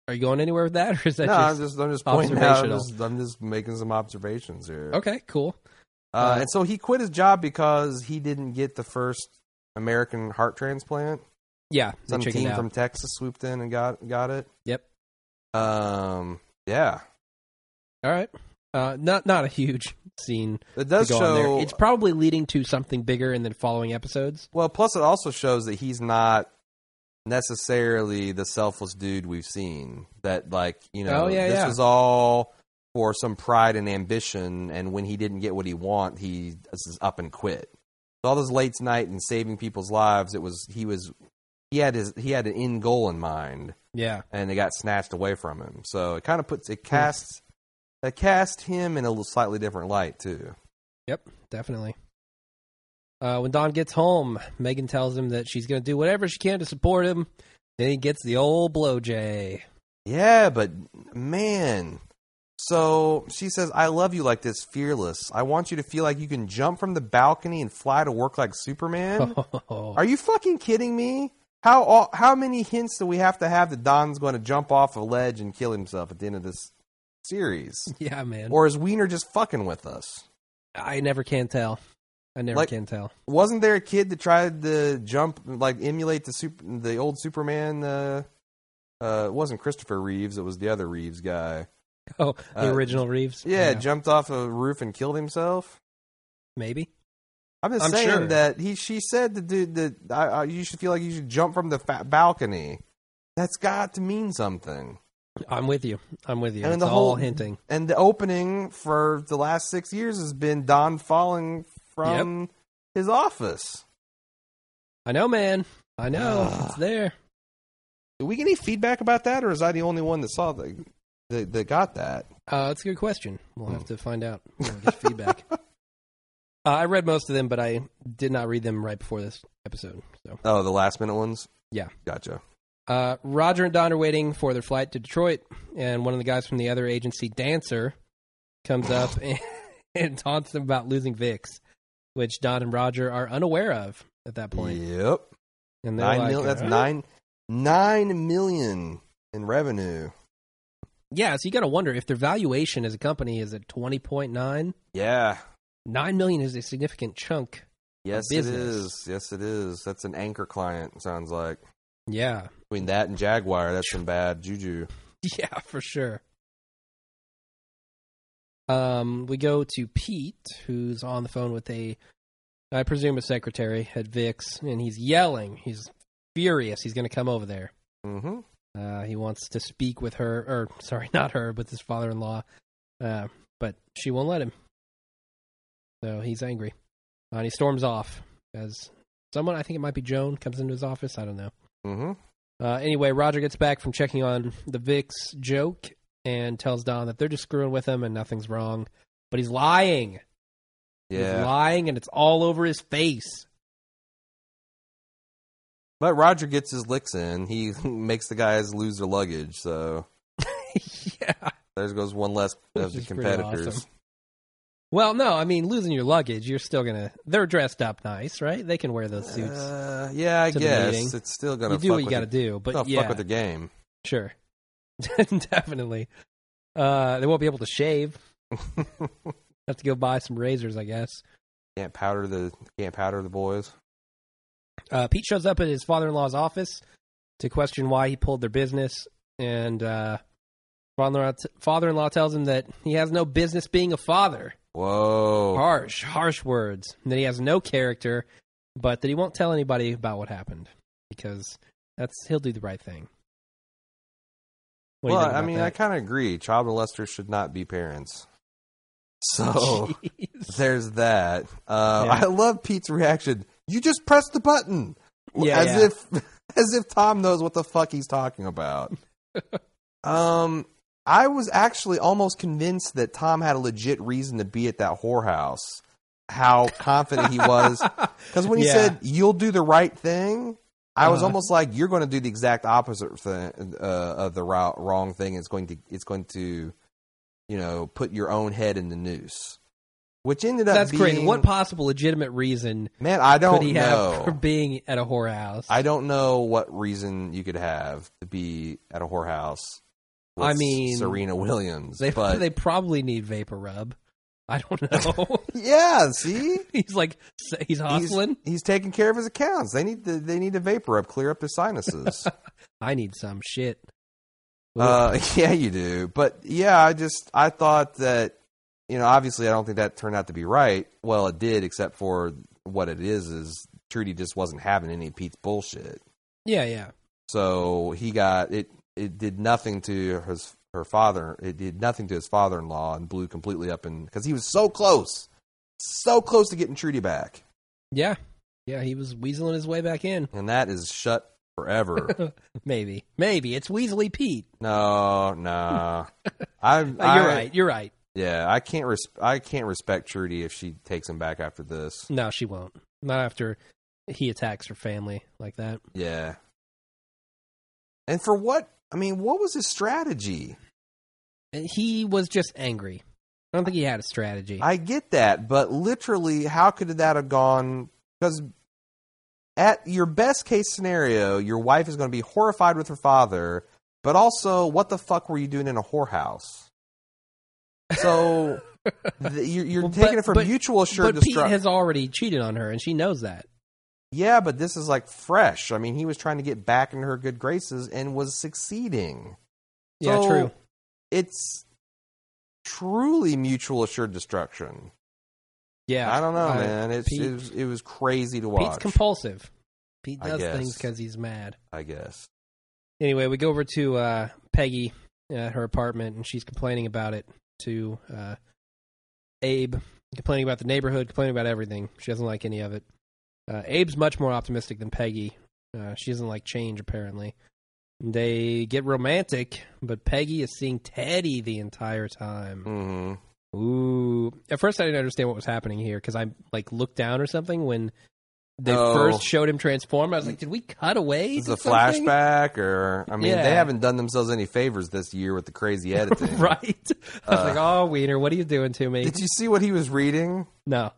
S1: Are you going anywhere with that, or is that
S2: no,
S1: just
S2: I'm just I'm just pointing out. I'm
S1: observational?
S2: just, I'm just making some observations here.
S1: okay? Cool.
S2: Uh, and so he quit his job because he didn't get the first American heart transplant.
S1: Yeah, they
S2: Some
S1: check it
S2: team
S1: out.
S2: from Texas swooped in and got got it.
S1: Yep.
S2: Um. Yeah.
S1: All right. Uh, not not a huge scene
S2: It
S1: to
S2: does
S1: go on
S2: show.
S1: there. It's probably leading to something bigger in the following episodes.
S2: well, plus it also shows that he's not necessarily the selfless dude we've seen. That like you know
S1: Oh, yeah,
S2: this
S1: yeah.
S2: is all for some pride and ambition. And when he didn't get what he want, he is up and quit. So all this late night and saving people's lives, it was he was he had his he had an end goal in mind.
S1: Yeah.
S2: and it got snatched away from him. So it kind of puts it casts it cast him in a little slightly different light too.
S1: Yep. Definitely. Uh, when Don gets home, Megan tells him that she's going to do whatever she can to support him. Then he gets the old blow jay.
S2: Yeah, but man. So she says, "I love you like this, fearless. I want you to feel like you can jump from the balcony and fly to work like Superman."
S1: Oh,
S2: Are you fucking kidding me? How all, how many hints do we have to have that Don's going to jump off a ledge and kill himself at the end of this series?
S1: yeah, man.
S2: Or is Wiener just fucking with us?
S1: I never can tell. I never
S2: Like-
S1: can tell.
S2: wasn't there a kid that tried to jump like emulate the super, the old Superman? Uh, uh, it wasn't Christopher Reeves; it was the other Reeves guy.
S1: Oh, the
S2: Uh,
S1: original Reeves.
S2: Yeah, jumped off a roof and killed himself.
S1: maybe.
S2: I'm just
S1: I'm
S2: saying
S1: sure.
S2: that he she said the dude that I, I, you should feel like you should jump from the fa- balcony. That's got to mean something.
S1: I'm with you. I'm with you.
S2: And
S1: it's
S2: the
S1: all
S2: whole-
S1: hinting.
S2: And the opening for the last six years has been Don falling from his office.
S1: I know, man. I know.
S2: Ugh.
S1: It's there.
S2: Did we get any feedback about that, or is I the only one that saw the that, that got that?
S1: Uh, that's a good question. We'll
S2: Hmm.
S1: have to find out. when we get feedback. Uh, I read most of them, but I did not read them right before this episode. So
S2: Oh, the last minute ones.
S1: Yeah.
S2: gotcha.
S1: uh, Roger and Don are waiting for their flight to Detroit, and one of the guys from the other agency, Dancer, comes up and, and taunts them about losing Vix, which Don and Roger are unaware of at that point.
S2: Yep,
S1: And they're
S2: nine
S1: like,
S2: mil- That's
S1: "Huh?"
S2: nine nine million in revenue.
S1: Yeah, so you got to wonder if their valuation as a company is at twenty point nine.
S2: Yeah.
S1: Nine million is a significant chunk.
S2: Yes, it
S1: business.
S2: is. Yes, it is. That's an anchor client. it Sounds like
S1: Yeah,
S2: between that and Jaguar, that's some bad juju.
S1: yeah, for sure. Um, we go to Pete, who's on the phone with a, I presume, a secretary at Vix, and he's yelling. He's furious. He's going to come over there.
S2: Mm-hmm.
S1: Uh, he wants to speak with her, or sorry, not her, but his father-in-law. Uh, but she won't let him. So he's angry, Uh, and he storms off as someone. I think it might be Joan comes into his office. I don't know.
S2: Mm-hmm.
S1: Uh, anyway, Roger gets back from checking on the Vix joke and tells Don that they're just screwing with him and nothing's wrong. But he's lying. He's
S2: Yeah.
S1: lying, and it's all over his face.
S2: But Roger gets his licks in. He makes the guys lose their luggage. So
S1: yeah.
S2: there goes one less of
S1: Which
S2: the
S1: is pretty
S2: competitors.
S1: awesome. Well, no, I mean losing your luggage, you're still gonna. They're dressed up nice, right? They can wear those suits.
S2: Uh, yeah, I
S1: To the
S2: guess
S1: meeting.
S2: it's still gonna
S1: you do
S2: fuck
S1: what you
S2: with
S1: got
S2: the-
S1: to do, but
S2: gonna
S1: yeah,
S2: fuck with the game.
S1: sure, definitely. Uh, they won't be able to shave. Have to go buy some razors, I guess.
S2: can't powder the can't powder the boys.
S1: Uh, Pete shows up at his father in law's office to question why he pulled their business, and uh, father in law tells him that he has no business being a father.
S2: Whoa.
S1: Harsh, harsh words. And that he has no character, but that he won't tell anybody about what happened because that's he'll do the right thing. What do you
S2: well,
S1: think
S2: I
S1: about
S2: mean, I
S1: that?
S2: kind of agree. Child molesters should not be parents. So.
S1: Jeez.
S2: There's that. Uh,
S1: Yeah.
S2: I love Pete's reaction. You just pressed the button,
S1: Yeah,
S2: as
S1: yeah.
S2: if as if Tom knows what the fuck he's talking about. um, I was actually almost convinced that Tom had a legit reason to be at that whorehouse. How confident he was, because when he
S1: Yeah.
S2: said "you'll do the right thing," I was
S1: Uh-huh.
S2: almost like, "You're going to do the exact opposite thing, uh, of the ro- wrong thing. It's going to it's going to, you know, put your own head in the noose." Which ended up
S1: That's
S2: being
S1: crazy. What possible legitimate reason
S2: Man, I
S1: could
S2: don't
S1: he have for
S2: know.
S1: being at a whorehouse?
S2: I don't know what reason you could have to be at a whorehouse. With
S1: I mean,
S2: Serena Williams,
S1: They
S2: but
S1: they probably need vapor rub. I don't know.
S2: yeah, see,
S1: he's like s- he's hustling.
S2: He's, he's taking care of his accounts. They need to they need to vapor up, clear up his sinuses.
S1: I need some shit.
S2: uh, yeah, you do, but yeah, I just I thought that you know obviously I don't think that turned out to be right. Well, it did, except for what it is is Trudy just wasn't having any of Pete's bullshit.
S1: yeah, yeah.
S2: So he got it. It did nothing to his her father. It did nothing to his father in law and blew completely up in because he was so close, so close to getting Trudy back,
S1: Yeah. Yeah, he was weaseling his way back in.
S2: and that is shut forever.
S1: Maybe. Maybe. It's Weasley Pete.
S2: no, no. I'm.
S1: Uh, you're
S2: I-
S1: right. You're right.
S2: Yeah, I can't. Res- I can't respect Trudy if she takes him back after this.
S1: No, she won't. Not after he attacks her family like that.
S2: Yeah. And for what? I mean, what was his strategy?
S1: And He was just angry. I don't think he had a strategy.
S2: I get that, but literally, how could that have gone? Because at your best case scenario, your wife is going to be horrified with her father, but also, what the fuck were you doing in a whorehouse? So th- you're, you're
S1: Well,
S2: taking
S1: but-
S2: it from
S1: but-
S2: mutual assured
S1: but Pete
S2: destruction.
S1: has already cheated on her, and she knows that.
S2: yeah, but this is like fresh. I mean, he was trying to get back into her good graces and was succeeding.
S1: Yeah,
S2: So
S1: true.
S2: It's truly mutual assured destruction.
S1: Yeah.
S2: I don't know,
S1: Uh,
S2: man. It's,
S1: Pete-
S2: it, was, it was crazy to watch.
S1: Pete's compulsive. Pete
S2: I
S1: does things
S2: guess.
S1: because he's mad.
S2: I guess.
S1: Anyway, we go over to uh, Peggy at her apartment, and she's complaining about it to uh, Abe, complaining about the neighborhood, complaining about everything. She doesn't like any of it. Uh, Abe's much more optimistic than Peggy. Uh, she doesn't like change, apparently. They get romantic, but Peggy is seeing Teddy the entire time.
S2: Mm-hmm.
S1: Ooh. At first, I didn't understand what was happening here because I like looked down or something when they
S2: Oh.
S1: first showed him transform. I was like, did we cut away?
S2: Is
S1: to
S2: a
S1: something?
S2: flashback, or I mean,
S1: Yeah.
S2: they haven't done themselves any favors this year with the crazy editing.
S1: right? I was
S2: Uh,
S1: like, oh, Wiener, what are you doing to me?
S2: Did you see what he was reading?
S1: no.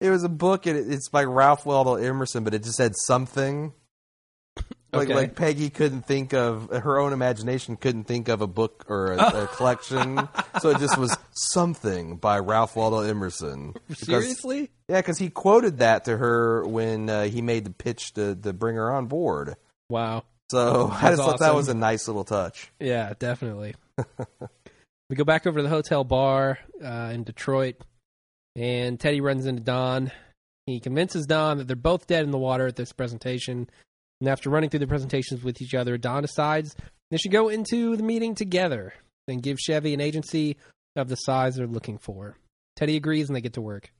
S2: It was a book, and it- it's by Ralph Waldo Emerson, but it just said something. Like,
S1: Okay.
S2: like Peggy couldn't think of her own imagination couldn't think of a book or a, a collection, so it just was something by Ralph Waldo Emerson. Because,
S1: Seriously?
S2: yeah, because he quoted that to her when uh, he made the pitch to, to bring her on board.
S1: Wow.
S2: So I
S1: Oh, That's
S2: just thought that
S1: awesome.
S2: was a nice little touch.
S1: Yeah, definitely. we go back over to the hotel bar uh, in Detroit, and Teddy runs into Don. He convinces Don that they're both dead in the water at this presentation. And after running through the presentations with each other, Don decides they should go into the meeting together and give Chevy an agency of the size they're looking for. Teddy agrees and they get to work.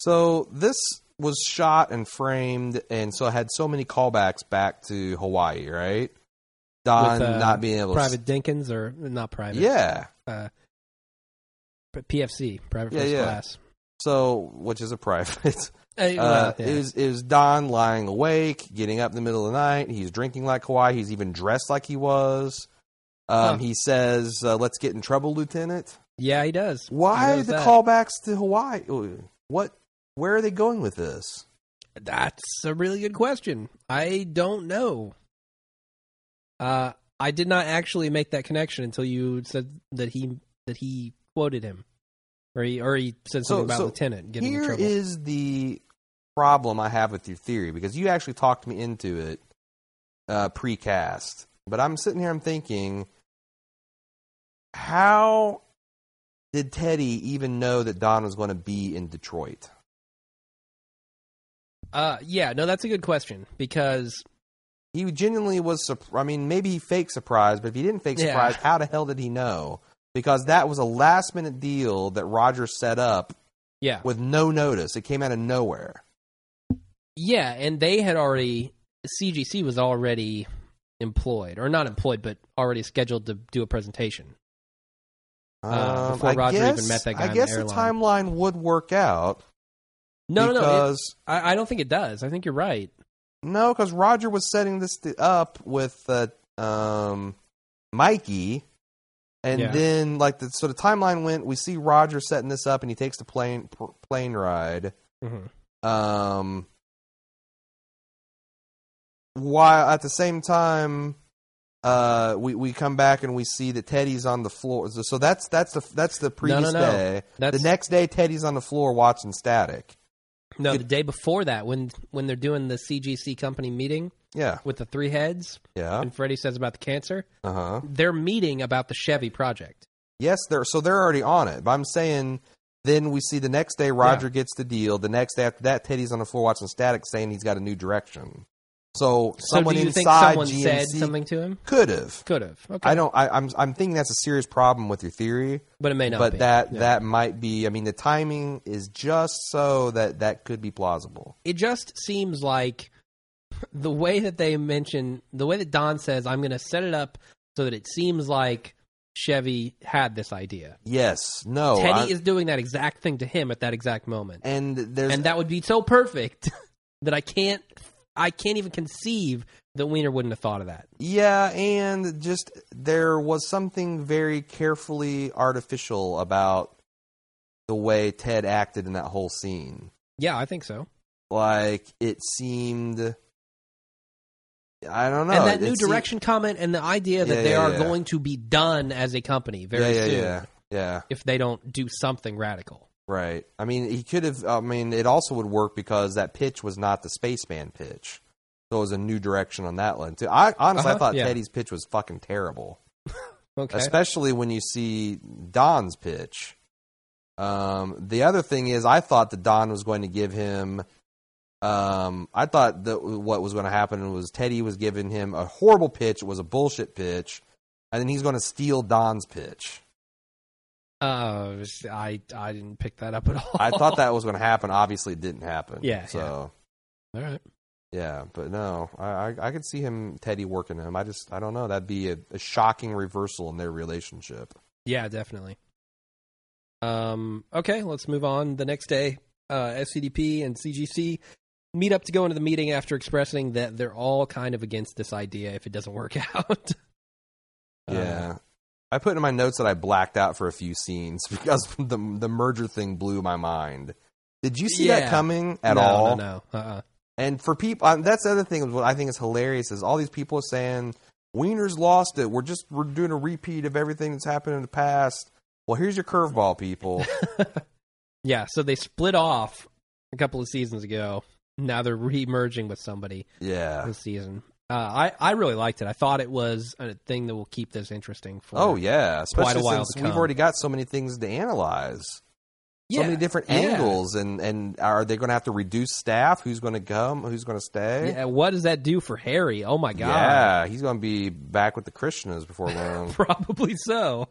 S2: So this was shot and framed, and so I had so many callbacks back to Hawaii, right? Don
S1: With, uh,
S2: not being able to.
S1: Private Dinkins, or not private,
S2: Yeah.
S1: uh, but PFC, private
S2: Yeah,
S1: first
S2: yeah.
S1: class.
S2: So, which is a private.
S1: Uh,
S2: Uh,
S1: well, yeah.
S2: It was it was Don lying awake, getting up in the middle of the night. He's drinking like Hawaii. He's even dressed like he was.
S1: Huh.
S2: Um, He says, uh, "Let's get in trouble, Lieutenant."
S1: Yeah, he does. He
S2: Why
S1: knows
S2: the
S1: that.
S2: callbacks to Hawaii? Ooh, What? Where are they going with this?
S1: That's a really good question. I don't know. Uh, I did not actually make that connection until you said that he that he quoted him, or he or he said
S2: So-
S1: something about
S2: so
S1: Lieutenant getting in
S2: Here
S1: trouble.
S2: is the problem I have with your theory because you actually talked me into it uh, precast, but I'm sitting here, I'm thinking, how did Teddy even know that Don was going to be in Detroit?
S1: uh, yeah, no, that's a good question because
S2: He genuinely was. Surp- I mean, maybe he faked surprise, but if he didn't fake
S1: Yeah.
S2: surprise, how the hell did he know? Because that was a last minute deal that Roger set up
S1: yeah,
S2: with no notice. It came out of nowhere.
S1: yeah, and they had already CGC was already employed or not employed, but already scheduled to do a presentation. Uh, before Roger even met that guy
S2: Um, I
S1: on the
S2: guess the
S1: airline.
S2: timeline would work out.
S1: No, no, no. it-
S2: because
S1: I, I don't think it does. I think you're right.
S2: no, because Roger was setting this th- up with uh, um, Mikey, and
S1: Yeah.
S2: then like the so the timeline went. We see Roger setting this up, and he takes the plane pr- plane ride. Mm-hmm.
S1: Mhm.
S2: Um, while at the same time, uh, we we come back and we see that Teddy's on the floor. So, so that's that's the that's
S1: No,
S2: the
S1: no,
S2: previous
S1: no.
S2: day.
S1: That's-
S2: the next day, Teddy's on the floor watching static.
S1: No,
S2: Good-
S1: the day before that, when when they're doing the CGC company meeting
S2: Yeah,
S1: with the three heads,
S2: yeah,
S1: and Freddie says about the cancer,
S2: uh huh.
S1: they're meeting about the Chevy project.
S2: Yes, they're so they're already on it. But I'm saying, then we see the next day Roger gets the deal. The next day after that, Teddy's on the floor watching static, saying he's got a new direction. So, someone
S1: so do you think
S2: inside
S1: someone said
S2: GMC
S1: something to him?
S2: could have.
S1: Could have. Okay,
S2: I don't. I, I'm. I'm thinking that's a serious problem with your theory.
S1: but it may not.
S2: but
S1: be.
S2: that
S1: Yeah.
S2: that might be i mean the timing is just so that that could be plausible
S1: it just seems like the way that they mention the way that Don says, "I'm going to set it up so that it seems like Chevy had this idea."
S2: yes no
S1: Teddy
S2: Oh, I-
S1: is doing that exact thing to him at that exact moment.
S2: and there's
S1: and that would be so perfect that I can't I can't even conceive that Wiener wouldn't have thought of that.
S2: yeah and just there was something very carefully artificial about the way ted acted in that whole scene
S1: Yeah, I think so.
S2: like it seemed i don't know
S1: and that
S2: it
S1: new
S2: seemed-
S1: direction comment and the idea that
S2: Yeah,
S1: they
S2: yeah,
S1: are
S2: yeah.
S1: going to be done as a company
S2: yeah
S1: very
S2: yeah
S1: soon
S2: yeah yeah
S1: if they don't do something radical.
S2: right i mean he could have i mean it also would work because that pitch was not the spaceman pitch so it was a new direction on that one too i honestly
S1: Uh-huh,
S2: i thought
S1: yeah.
S2: teddy's pitch was fucking terrible
S1: Okay.
S2: especially when you see don's pitch um, the other thing is i thought that don was going to give him Um, I thought that what was going to happen was Teddy was giving him a horrible pitch. It was a bullshit pitch, and then he's going to steal Don's pitch.
S1: Uh, I I didn't pick that up at all.
S2: I thought that was going to happen. Obviously, it didn't happen.
S1: Yeah,
S2: So
S1: all right.
S2: yeah, but no, I, I I could see him Teddy working him. I just I don't know. That'd be a, a shocking reversal in their relationship.
S1: Yeah, definitely. Um, okay, let's move on. The next day, uh, SCDP and CGC meet up to go into the meeting after expressing that they're all kind of against this idea if it doesn't work out. Uh,
S2: Yeah. I put in my notes that I blacked out for a few scenes because the the merger thing blew my mind. Did you see
S1: Yeah.
S2: that coming at
S1: no,
S2: all?
S1: No, no. Uh-uh.
S2: And for people, um, that's the other thing. is What I think is hilarious is all these people are saying Wiener's lost it. We're just we're doing a repeat of everything that's happened in the past. Well, here's your curveball, people.
S1: Yeah, so they split off a couple of seasons ago. Now they're re-merging with somebody
S2: yeah.
S1: this season. Uh, I I really liked it. I thought it was a thing that will keep this interesting for
S2: Oh yeah. Especially
S1: Quite a while
S2: since
S1: to
S2: we've
S1: come.
S2: already got so many things to analyze. So
S1: yeah.
S2: many different
S1: Yeah.
S2: angles, and and are they going to have to reduce staff? Who's going to come? Who's going to stay?
S1: Yeah, what does that do for Harry? Oh my god.
S2: Yeah, he's going to be back with the Krishnas before long.
S1: probably so.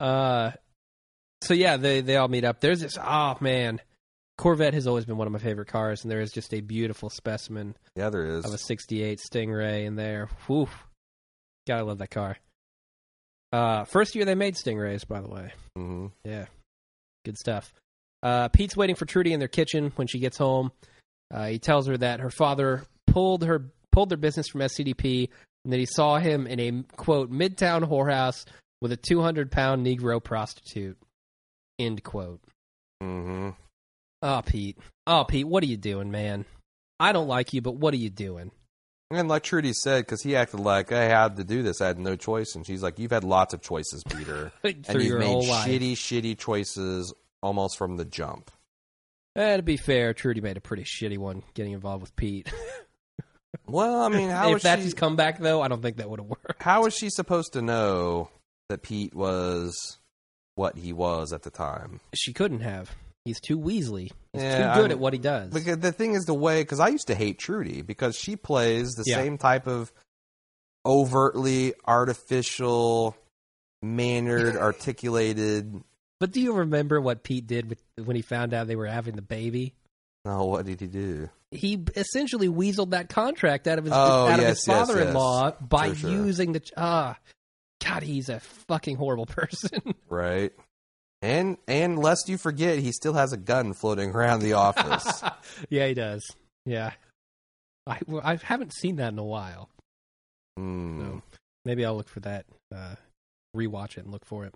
S1: Uh, so yeah, they they all meet up. There's this. Oh man, Corvette has always been one of my favorite cars, and there is just a beautiful specimen
S2: yeah, there is.
S1: of a '68 Stingray in there. Whew, gotta love that car. Uh, first year they made Stingrays, by the way.
S2: hmm
S1: Yeah, good stuff. Uh, Pete's waiting for Trudy in their kitchen when she gets home. Uh, he tells her that her father pulled her pulled their business from SCDP, and that he saw him in a quote midtown whorehouse with a two hundred pound Negro prostitute. End quote.
S2: hmm
S1: Oh, Pete. Oh, Pete. What are you doing, man? I don't like you, but what are you doing?
S2: And like Trudy said, because he acted like I had to do this, I had no choice, and she's like, "You've had lots of choices, Peter,
S1: Through
S2: and you've
S1: your
S2: made
S1: whole life.
S2: shitty, shitty choices almost from the jump."
S1: Eh, to be fair, Trudy made a pretty shitty one getting involved with Pete.
S2: Well, I mean, how
S1: if
S2: was
S1: that's
S2: she?
S1: his comeback, though, I don't think that would have worked.
S2: How was she supposed to know that Pete was what he was at the time?
S1: she couldn't have. He's too Weasley. He's
S2: Yeah,
S1: too good
S2: I'm-
S1: at what he does.
S2: Because the thing is the way because I used to hate Trudy because she plays the
S1: Yeah.
S2: same type of overtly artificial, mannered, articulated.
S1: but do you remember what Pete did with, when he found out they were having the baby?
S2: No, oh, what did he do?
S1: He b- essentially weaseled that contract out of his
S2: Oh,
S1: out of
S2: yes,
S1: his
S2: yes,
S1: father-in-law by
S2: For sure.
S1: using the ch- ah. God, he's a fucking horrible person.
S2: Right. And and lest you forget, he still has a gun floating around the office.
S1: yeah, he does. Yeah, I well, I haven't seen that in a while.
S2: Hmm.
S1: So maybe I'll look for that, uh, rewatch it, and look for it.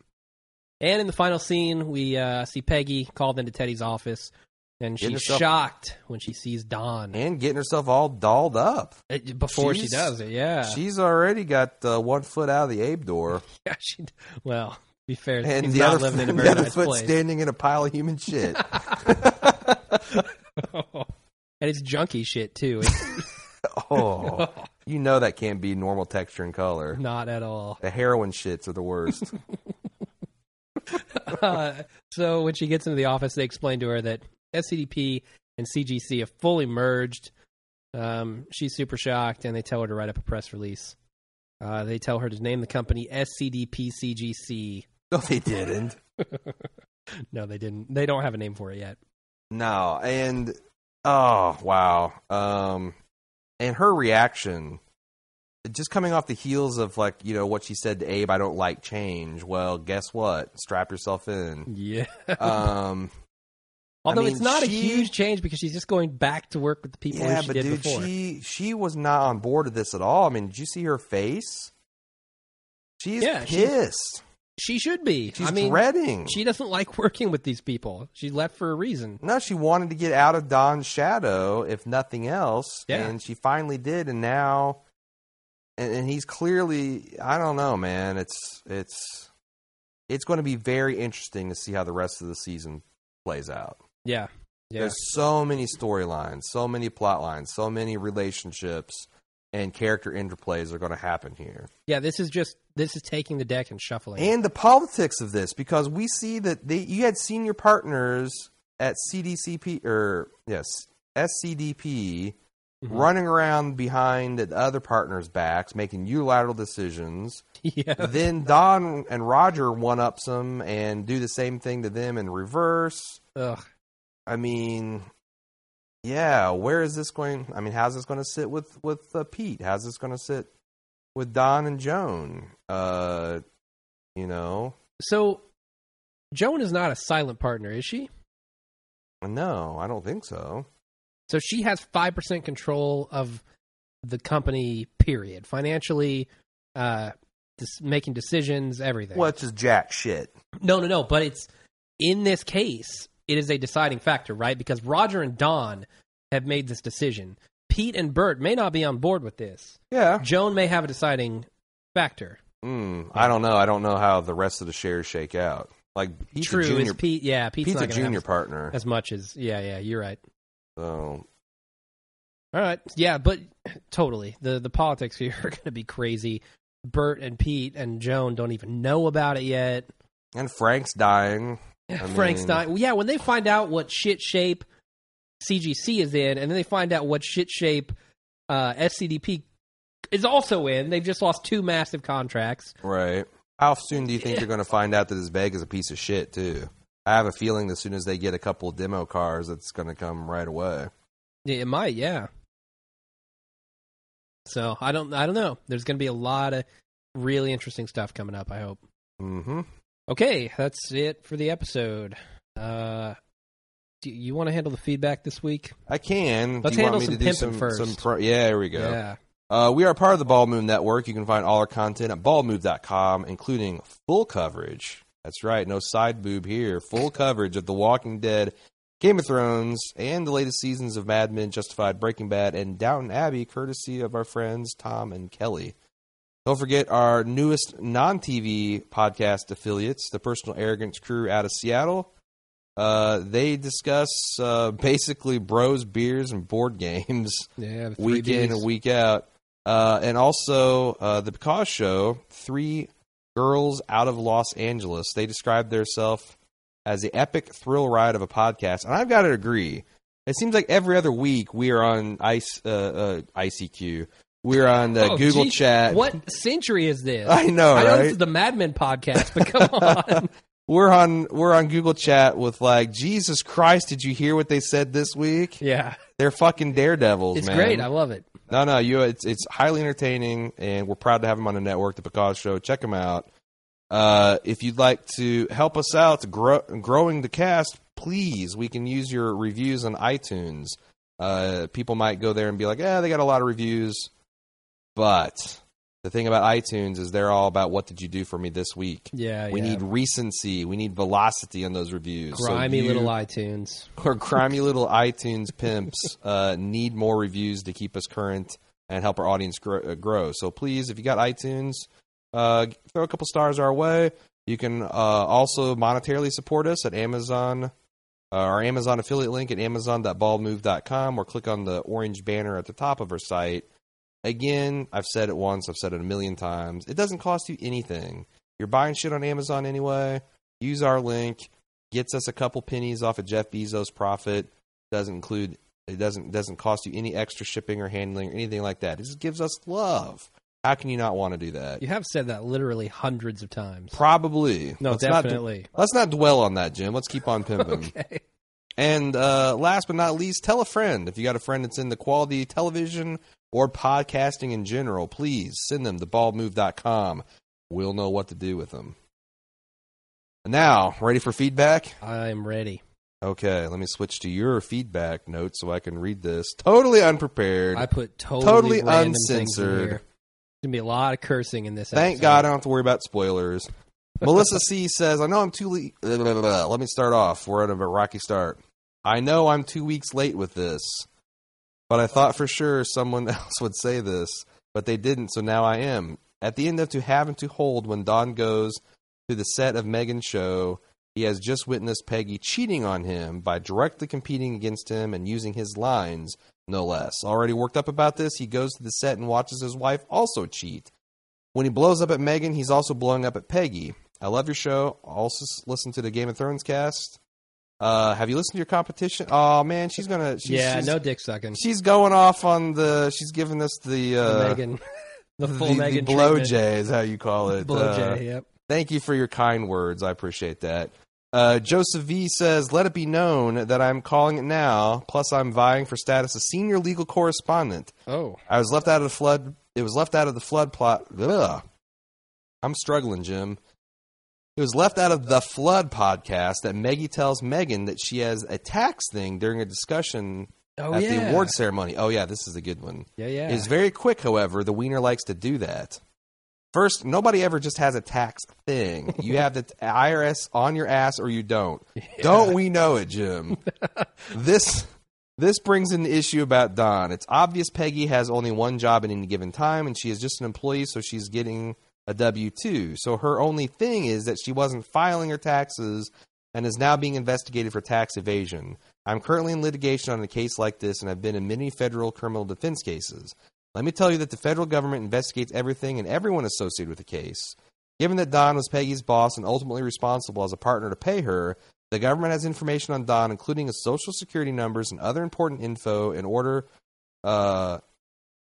S1: And in the final scene, we uh, see Peggy called into Teddy's office, and
S2: Getting
S1: she's
S2: herself-
S1: shocked when she sees Don
S2: And getting herself all dolled up.
S1: It- before she
S2: She's-
S1: does it. Yeah,
S2: She's already got uh, one foot out of the Abe door
S1: yeah. She well, to be fair,
S2: and
S1: he's
S2: the
S1: not
S2: other,
S1: living in a
S2: the
S1: very
S2: other
S1: nice
S2: foot
S1: place.
S2: standing in a pile of human shit.
S1: and it's junky shit too.
S2: oh. You know that can't be normal texture and color.
S1: not at all.
S2: The heroin shits are the worst.
S1: Uh, so when she gets into the office, they explain to her that SCDP and CGC have fully merged. Um, she's super shocked, and they tell her to write up a press release. Uh, they tell her to name the company SCDP CGC.
S2: no, they didn't.
S1: No, they didn't. They don't have a name for it yet.
S2: No, and oh wow, um, and her reaction, just coming off the heels of like you know what she said to Abe, I don't like change. Well, guess what? Strap yourself in.
S1: Yeah.
S2: Um,
S1: Although
S2: mean,
S1: it's not a
S2: she-
S1: huge change because she's just going back to work with the people
S2: yeah,
S1: who she
S2: but
S1: did
S2: dude,
S1: before.
S2: she she was not on board with this at all. I mean, did you see her face? She's
S1: Yeah, she's-
S2: pissed.
S1: She should be.
S2: She's
S1: I mean,
S2: dreading.
S1: she doesn't like working with these people. She left for a reason.
S2: No, she wanted to get out of Don's shadow, if nothing else,
S1: Yeah.
S2: and she finally did. And now, and, and he's clearly, I don't know, man. It's it's it's going to be very interesting to see how the rest of the season plays out.
S1: Yeah. Yeah.
S2: There's so many storylines, so many plot lines, so many relationships and character interplays are going to happen here.
S1: Yeah, this is just this is taking the deck and shuffling.
S2: and the politics of this because we see that they you had senior partners at CDCP or yes SCDP
S1: Mhm.
S2: running around behind the other partners' backs, making unilateral decisions.
S1: yeah.
S2: then Don and Roger one ups them and do the same thing to them in reverse.
S1: Ugh.
S2: I mean, yeah, where is this going? I mean, how's this going to sit with with uh, Pete? How's this going to sit with Don and Joan? Uh, you know,
S1: So Joan is not a silent partner, is she?
S2: no, I don't think so.
S1: So she has five percent control of the company. Period. Financially, uh, dis- making decisions, everything.
S2: Well, it's just jack shit.
S1: No, no, no. But it's in this case, it is a deciding factor, right? Because Roger and Don have made this decision. Pete and Bert may not be on board with this.
S2: Yeah.
S1: Joan may have a deciding factor.
S2: Mm, I don't know. I don't know how the rest of the shares shake out. Like Pete's
S1: True
S2: a junior,
S1: is Pete. Yeah, Pete's,
S2: Pete's
S1: not
S2: a
S1: going to
S2: junior
S1: have
S2: partner.
S1: as much as. Yeah, yeah. You're right.
S2: So
S1: All right. Yeah, but totally. The the politics here are going to be crazy. Bert and Pete and Joan don't even know about it yet.
S2: and Frank's dying. I
S1: Frank
S2: mean-
S1: Stein. Yeah, when they find out what shit shape CGC is in, and then they find out what shit shape uh, SCDP is also in, they've just lost two massive contracts.
S2: Right. How soon do you think they're going to find out that this bag is a piece of shit, too? I have a feeling as soon as they get a couple of demo cars, it's going to come right away.
S1: Yeah, It might, yeah. So I don't, I don't know. There's going to be a lot of really interesting stuff coming up. I hope.
S2: Mm-hmm.
S1: Okay, that's it for the episode. Uh, do you want to handle the feedback this week?
S2: I can.
S1: Let's
S2: do you
S1: handle
S2: want
S1: some
S2: me to do
S1: pimping
S2: some,
S1: first.
S2: some pro- yeah, here we go.
S1: Yeah.
S2: Uh, we are part of the Ball Move Network. You can find all our content at ballmove.com, including full coverage. That's right, no side boob here. Full coverage of The Walking Dead, Game of Thrones, and the latest seasons of Mad Men, Justified, Breaking Bad, and Downton Abbey, courtesy of our friends Tom and Kelly. Don't forget our newest non TV podcast affiliates, the Personal Arrogance Crew out of Seattle. Uh, they discuss uh, basically bros, beers, and board games
S1: Yeah. the three
S2: week in
S1: Bs.
S2: and week out. Uh, and also uh, the Because Show, three girls out of Los Angeles. They describe themselves as the epic thrill ride of a podcast, and I've got to agree. It seems like every other week we are on ice, uh, uh, ICQ. We're on the
S1: Oh,
S2: uh, Google
S1: geez.
S2: Chat.
S1: What century is this?
S2: I know,
S1: I know this
S2: right?
S1: is the Mad Men podcast, but come on.
S2: We're on we're on Google Chat with like Jesus Christ. Did you hear what they said this week?
S1: yeah.
S2: They're fucking daredevils,
S1: It's
S2: man.
S1: great. I love it.
S2: No, no, you. It's it's highly entertaining, and we're proud to have him on the network, the Picasso Show. Check him out. Uh, if you'd like to help us out to grow, growing the cast, please, we can use your reviews on iTunes. Uh, people might go there and be like, "Yeah, they got a lot of reviews," but the thing about iTunes is they're all about what did you do for me this week.
S1: Yeah.
S2: We
S1: yeah.
S2: need recency. We need velocity on those reviews. So
S1: grimy
S2: you-
S1: little iTunes.
S2: or grimy little iTunes pimps uh, need more reviews to keep us current and help our audience grow. Uh, grow. So please, if you got iTunes, uh, throw a couple stars our way. You can uh, also monetarily support us at Amazon, uh, our Amazon affiliate link at amazon.baldmove.com, or click on the orange banner at the top of our site. Again, I've said it once, I've said it a million times. It doesn't cost you anything. You're buying shit on Amazon anyway. Use our link gets us a couple pennies off of Jeff Bezos' profit. Doesn't include it doesn't doesn't cost you any extra shipping or handling or anything like that. It just gives us love. How can you not want to do that?
S1: You have said that literally hundreds of times.
S2: Probably.
S1: No,
S2: not
S1: definitely.
S2: let's not dwell on that, Jim. Let's keep on pimping.
S1: okay.
S2: And uh, last but not least, tell a friend. If you got a friend that's into quality television or podcasting in general, please send them to baldmove.com. We'll know what to do with them. Now, ready for feedback?
S1: I'm ready.
S2: Okay, let me switch to your feedback note so I can read this. Totally unprepared.
S1: I put totally,
S2: Totally
S1: random things in
S2: uncensored.
S1: here. There's gonna be a lot of cursing in this.
S2: Thank
S1: episode.
S2: God I don't have to worry about spoilers. Melissa C says, I know I'm too late. Blah, blah, blah, blah. Let me start off. We're at a rocky start. I know I'm two weeks late with this, but I thought for sure someone else would say this, but they didn't, so now I am. At the end of To Have and To Hold, when Don goes to the set of Megan's show, he has just witnessed Peggy cheating on him by directly competing against him and using his lines, no less. Already worked up about this, he goes to the set and watches his wife also cheat. When he blows up at Megan, he's also blowing up at Peggy. I love your show. Also, s- listen to the Game of Thrones cast. Uh, have you listened to your competition? Oh man, she's gonna. She's,
S1: yeah,
S2: she's,
S1: no dick sucking.
S2: She's going off on the. She's giving us the uh,
S1: Megan, the
S2: the,
S1: full
S2: the
S1: Megan
S2: blow
S1: treatment.
S2: jay is how you call it.
S1: Blow
S2: Uh,
S1: Jay, yep.
S2: Thank you for your kind words. I appreciate that. Uh, Joseph V says, "Let it be known that I'm calling it now. Plus, I'm vying for status as senior legal correspondent.
S1: Oh,
S2: I was left out of the flood. It was left out of the flood plot. Ugh. I'm struggling, Jim. It was left out of the flood podcast that Maggie tells Megan that she has a tax thing during a discussion
S1: oh
S2: at
S1: yeah.
S2: the award ceremony. Oh yeah, this is a good one.
S1: Yeah, yeah.
S2: It's very quick, however. The wiener likes to do that. First, nobody ever just has a tax thing. You have the IRS on your ass or you don't. Don't we know it, Jim? this this brings in the issue about Don. It's obvious Peggy has only one job at any given time and she is just an employee, so she's getting a W2. So her only thing is that she wasn't filing her taxes and is now being investigated for tax evasion. I'm currently in litigation on a case like this and I've been in many federal criminal defense cases. Let me tell you that the federal government investigates everything and everyone associated with the case. Given that Don was Peggy's boss and ultimately responsible as a partner to pay her, the government has information on Don, including his social security numbers and other important info, in order, uh,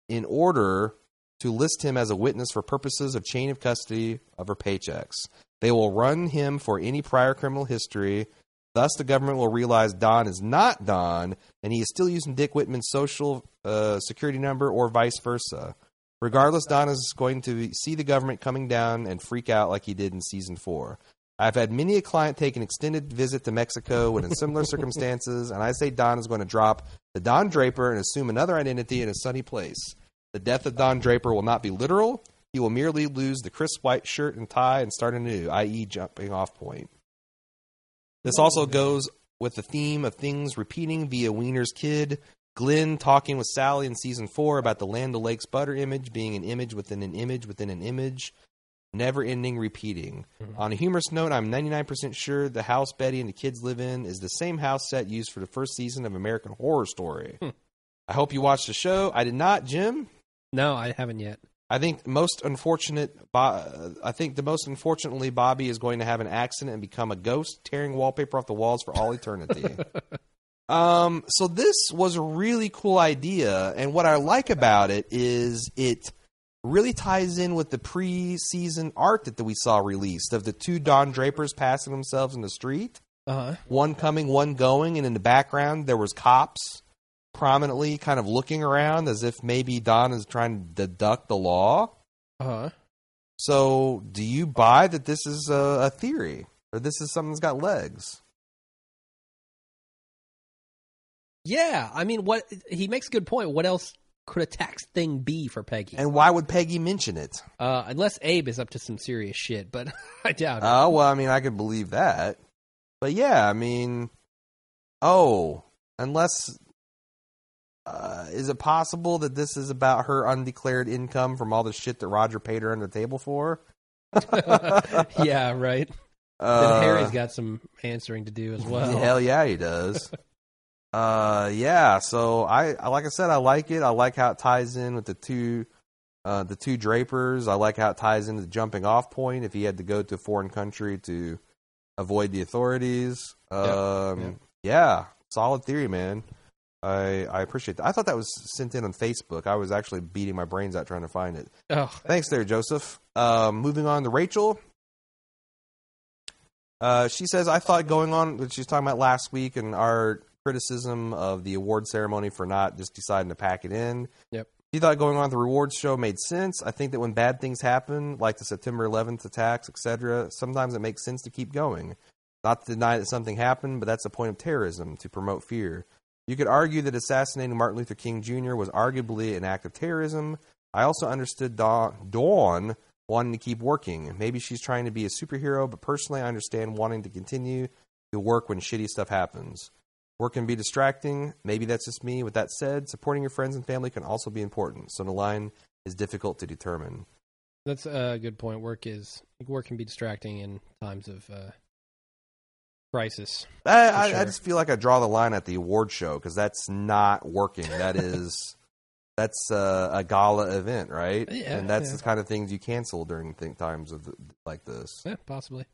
S2: in order to list him as a witness for purposes of chain of custody of her paychecks. They will run him for any prior criminal history. Thus, the government will realize Don is not Don, and he is still using Dick Whitman's social uh, security number, or vice versa. Regardless, Don is going to see the government coming down and freak out like he did in season four. I've had many a client take an extended visit to Mexico when in similar circumstances, and I say Don is going to drop the Don Draper and assume another identity in a sunny place. The death of Don Draper will not be literal. He will merely lose the crisp white shirt and tie and start anew, i.e., e, jumping off point. This also goes with the theme of things repeating via Wiener's kid, Glenn talking with Sally in season four about the Land O'Lakes butter image being an image within an image within an image, never ending repeating. On a humorous note, I'm 99% sure the house Betty and the kids live in is the same house set used for the first season of American Horror Story. I hope you watched the show. I did not, Jim.
S1: No, I haven't yet.
S2: I think most unfortunate. Bo- uh, I think the most unfortunately, Bobby is going to have an accident and become a ghost, tearing wallpaper off the walls for all eternity. um. So this was a really cool idea, and what I like about it is it really ties in with the preseason art that we saw released of the two Don Drapers passing themselves in the street
S1: Uh huh.
S2: one coming, one going, and in the background there was cops prominently kind of looking around as if maybe Don is trying to deduct the law.
S1: Uh huh.
S2: So, do you buy that this is a, a theory or this is something that's got legs?
S1: Yeah, I mean, what he makes a good point. What else could a tax thing be for Peggy?
S2: And why would Peggy mention it?
S1: uh, unless Abe is up to some serious shit, but I doubt it.
S2: Oh, well, I mean, I could believe that. But yeah, I mean, oh, unless. Uh, is it possible that this is about her undeclared income from all the shit that Roger paid her under the table for?
S1: yeah, right.
S2: Uh,
S1: then Harry's got some answering to do as well.
S2: Hell yeah, he does. uh, yeah. So I, I- like I said, I like it. I like how it ties in with the two, uh, the two Drapers. I like how it ties into the jumping off point if he had to go to a foreign country to avoid the authorities. Um,
S1: yeah.
S2: yeah, solid theory, man. I, I appreciate that. I thought that was sent in on Facebook. I was actually beating my brains out trying to find it.
S1: Oh,
S2: Thanks there, Joseph. Um, moving on to Rachel. Uh, she says, I thought going on, what she was talking about last week and our criticism of the award ceremony for not just deciding to pack it in.
S1: Yep.
S2: She thought going on with the rewards show made sense. I think that when bad things happen, like the September 11th attacks, etc., sometimes it makes sense to keep going. Not to deny that something happened, but that's the point of terrorism, to promote fear. You could argue that assassinating Martin Luther King Jr. was arguably an act of terrorism, I also understood Dawn, Dawn wanting to keep working. Maybe she's trying to be a superhero, but personally, I understand wanting to continue to work when shitty stuff happens. Work can be distracting. Maybe that's just me. With that said, supporting your friends and family can also be important. So the line is difficult to determine.
S1: that's a good point. Work is work can be distracting in times of uh, crisis. For
S2: I, I, I
S1: sure.
S2: just feel like I draw the line at the award show because that's not working. That is. That's a, a gala event, right?
S1: Yeah,
S2: and that's
S1: yeah.
S2: the kind of things you cancel during th- times of like this.
S1: Yeah, possibly.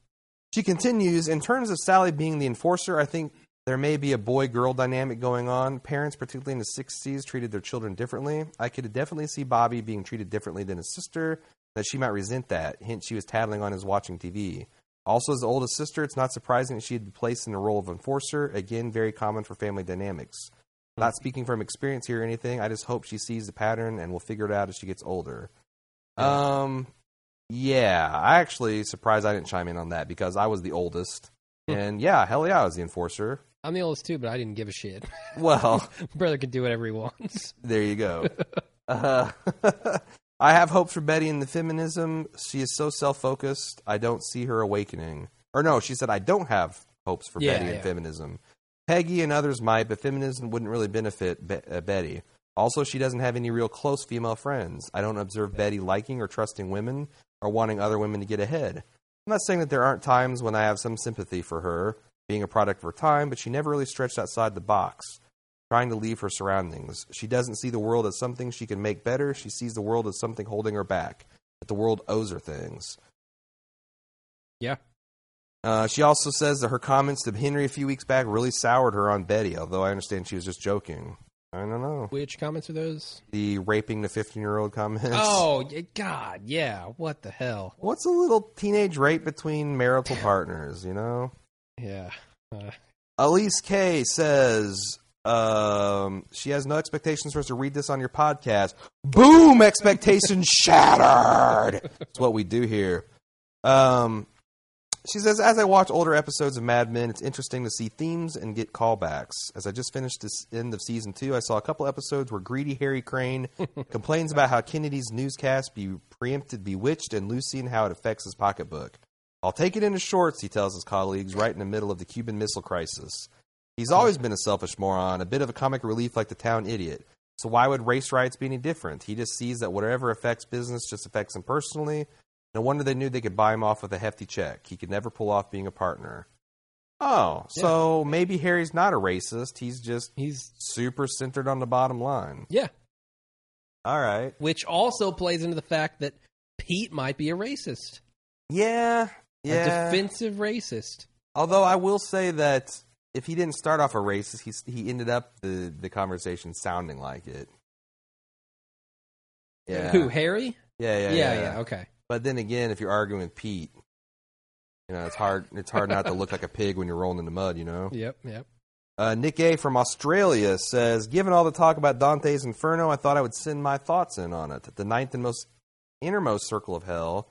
S2: She continues, in terms of Sally being the enforcer, I think There may be a boy girl dynamic going on. Parents, particularly in the 60s, treated their children differently. I could definitely see Bobby being treated differently than his sister, that she might resent that, hence, she was tattling on his watching TV. Also, as the oldest sister, it's not surprising that she had been placed in the role of enforcer, again, very common for family dynamics. Not speaking from experience here or anything, I just hope she sees the pattern and will figure it out as she gets older. Um, yeah, I actually surprised I didn't chime in on that because I was the oldest, and yeah, hell yeah, I was the enforcer.
S1: I'm the oldest too, but I didn't give a shit.
S2: Well,
S1: Brother can do whatever he wants.
S2: there you go. Uh, I have hopes for Betty in the feminism. She is so self focused. I don't see her awakening. Or no, she said I don't have hopes for
S1: Yeah,
S2: Betty in
S1: yeah.
S2: feminism. Peggy and others might, but feminism wouldn't really benefit Be- uh, Betty. Also, she doesn't have any real close female friends. I don't observe Betty liking or trusting women or wanting other women to get ahead. I'm not saying that there aren't times when I have some sympathy for her being a product of her time, but she never really stretched outside the box, trying to leave her surroundings. She doesn't see the world as something she can make better. She sees the world as something holding her back, that the world owes her things.
S1: Yeah.
S2: Uh, she also says that her comments to Henry a few weeks back really soured her on Betty, although I understand she was just joking. I don't know.
S1: Which comments are those?
S2: The raping the 15 year old comments.
S1: Oh y- God, yeah. What the hell?
S2: What's a little teenage rape between marital partners, you know?
S1: Yeah. Uh,
S2: Elise K says um, she has no expectations for us to read this on your podcast. Boom! Expectations shattered. That's what we do here. Um, she says, as I watch older episodes of Mad Men, it's interesting to see themes and get callbacks. As I just finished this end of season two, I saw a couple episodes where greedy Harry Crane complains about how Kennedy's newscast be preempted, bewitched, and Lucy and how it affects his pocketbook. I'll take it into shorts, he tells his colleagues, right in the middle of the Cuban Missile Crisis. He's always been a selfish moron, a bit of a comic relief like the town idiot. So why would race riots be any different? He just sees that whatever affects business just affects him personally. No wonder they knew they could buy him off with a hefty check. He could never pull off being a partner. Oh, so maybe Harry's not a racist. He's just
S1: he's
S2: super centered on the bottom line.
S1: yeah.
S2: All right.
S1: Which also plays into the fact that Pete might be a racist,
S2: Yeah. Yeah.
S1: a defensive racist.
S2: Although I will say that if he didn't start off a racist, he he ended up the the conversation sounding like it. Yeah.
S1: Who? Harry?
S2: Yeah, yeah, yeah.
S1: yeah,
S2: yeah.
S1: Okay.
S2: But then again, if you're arguing with Pete, you know it's hard. It's hard not to look like a pig when you're rolling in the mud. You know.
S1: Yep. Yep.
S2: Uh, Nick A from Australia says, given all the talk about Dante's Inferno, I thought I would send my thoughts in on it. The ninth and most innermost circle of hell,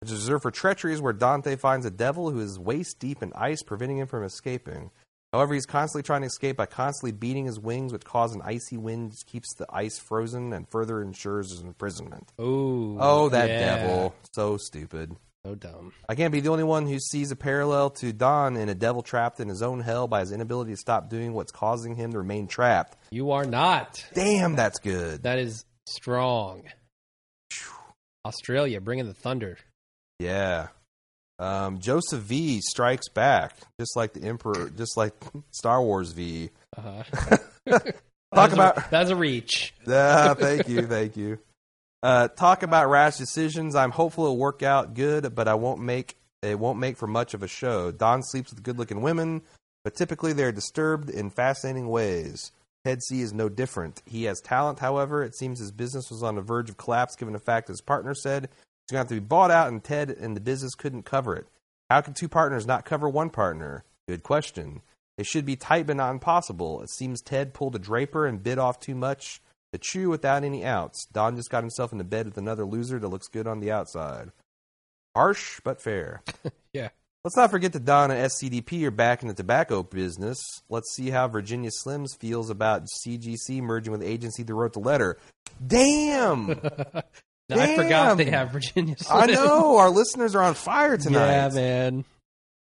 S2: which is reserved for treachery, is where Dante finds a devil who is waist deep in ice, preventing him from escaping. However, he's constantly trying to escape by constantly beating his wings, which causes an icy wind, which keeps the ice frozen and further ensures his imprisonment.
S1: Oh.
S2: Oh, that
S1: yeah.
S2: devil. So stupid.
S1: So dumb.
S2: I can't be the only one who sees a parallel to Don in a devil trapped in his own hell by his inability to stop doing what's causing him to remain trapped.
S1: You are not.
S2: Damn, that's good.
S1: That is strong. Australia bringing the thunder.
S2: Yeah. Um, Joseph V strikes back, just like the Emperor, just like Star Wars V.
S1: Uh-huh.
S2: Talk
S1: That's a-
S2: about
S1: that's a reach.
S2: Ah, thank you, thank you. Uh, talk about rash decisions. I'm hopeful it'll work out good, but I won't make it won't make for much of a show. Don sleeps with good-looking women, but typically they're disturbed in fascinating ways. Ted C is no different. He has talent, however. It seems his business was on the verge of collapse, given the fact his partner said it's going to have to be bought out, and Ted and the business couldn't cover it. How can two partners not cover one partner? Good question. It should be tight, but not impossible. It seems Ted pulled a draper and bit off too much to chew without any outs. Don just got himself into bed with another loser that looks good on the outside. Harsh, but fair.
S1: Yeah.
S2: Let's not forget that Don and SCDP are back in the tobacco business. Let's see how Virginia Slims feels about CGC merging with the agency that wrote the letter. Damn!
S1: I forgot they
S2: Damn.
S1: have Virginia.
S2: I
S1: Slims.
S2: know! Our listeners are on fire tonight.
S1: Yeah, man.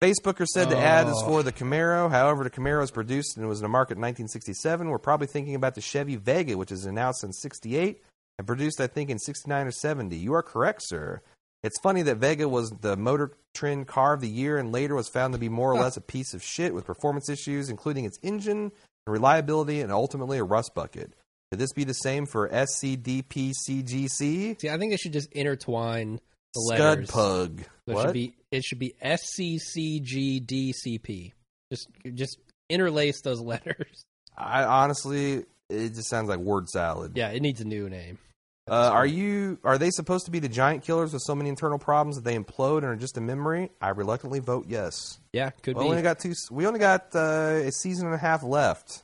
S2: Facebooker said the ad is
S1: Oh.
S2: for the Camaro. However, the Camaro was produced and was in the market in 1967. We're probably thinking about the Chevy Vega, which is announced in 68 and produced, I think, in 69 or 70. You are correct, sir. It's funny that Vega was the motor trend car of the year and later was found to be more or less a piece of shit with performance issues, including its engine, reliability, and ultimately a rust bucket. Could this be the same for SCDPCGC?
S1: See, I think they should just intertwine the
S2: Scud
S1: letters.
S2: Pug.
S1: So It should be it should be S C C G D C P. Just just interlace those letters.
S2: I honestly, it just sounds like word salad.
S1: Yeah, it needs a new name.
S2: Uh, are you? Are they supposed to be the giant killers with so many internal problems that they implode and are just a memory? I reluctantly vote yes.
S1: Yeah, could
S2: Well,
S1: be.
S2: we only got two. We only got uh, a season and a half left.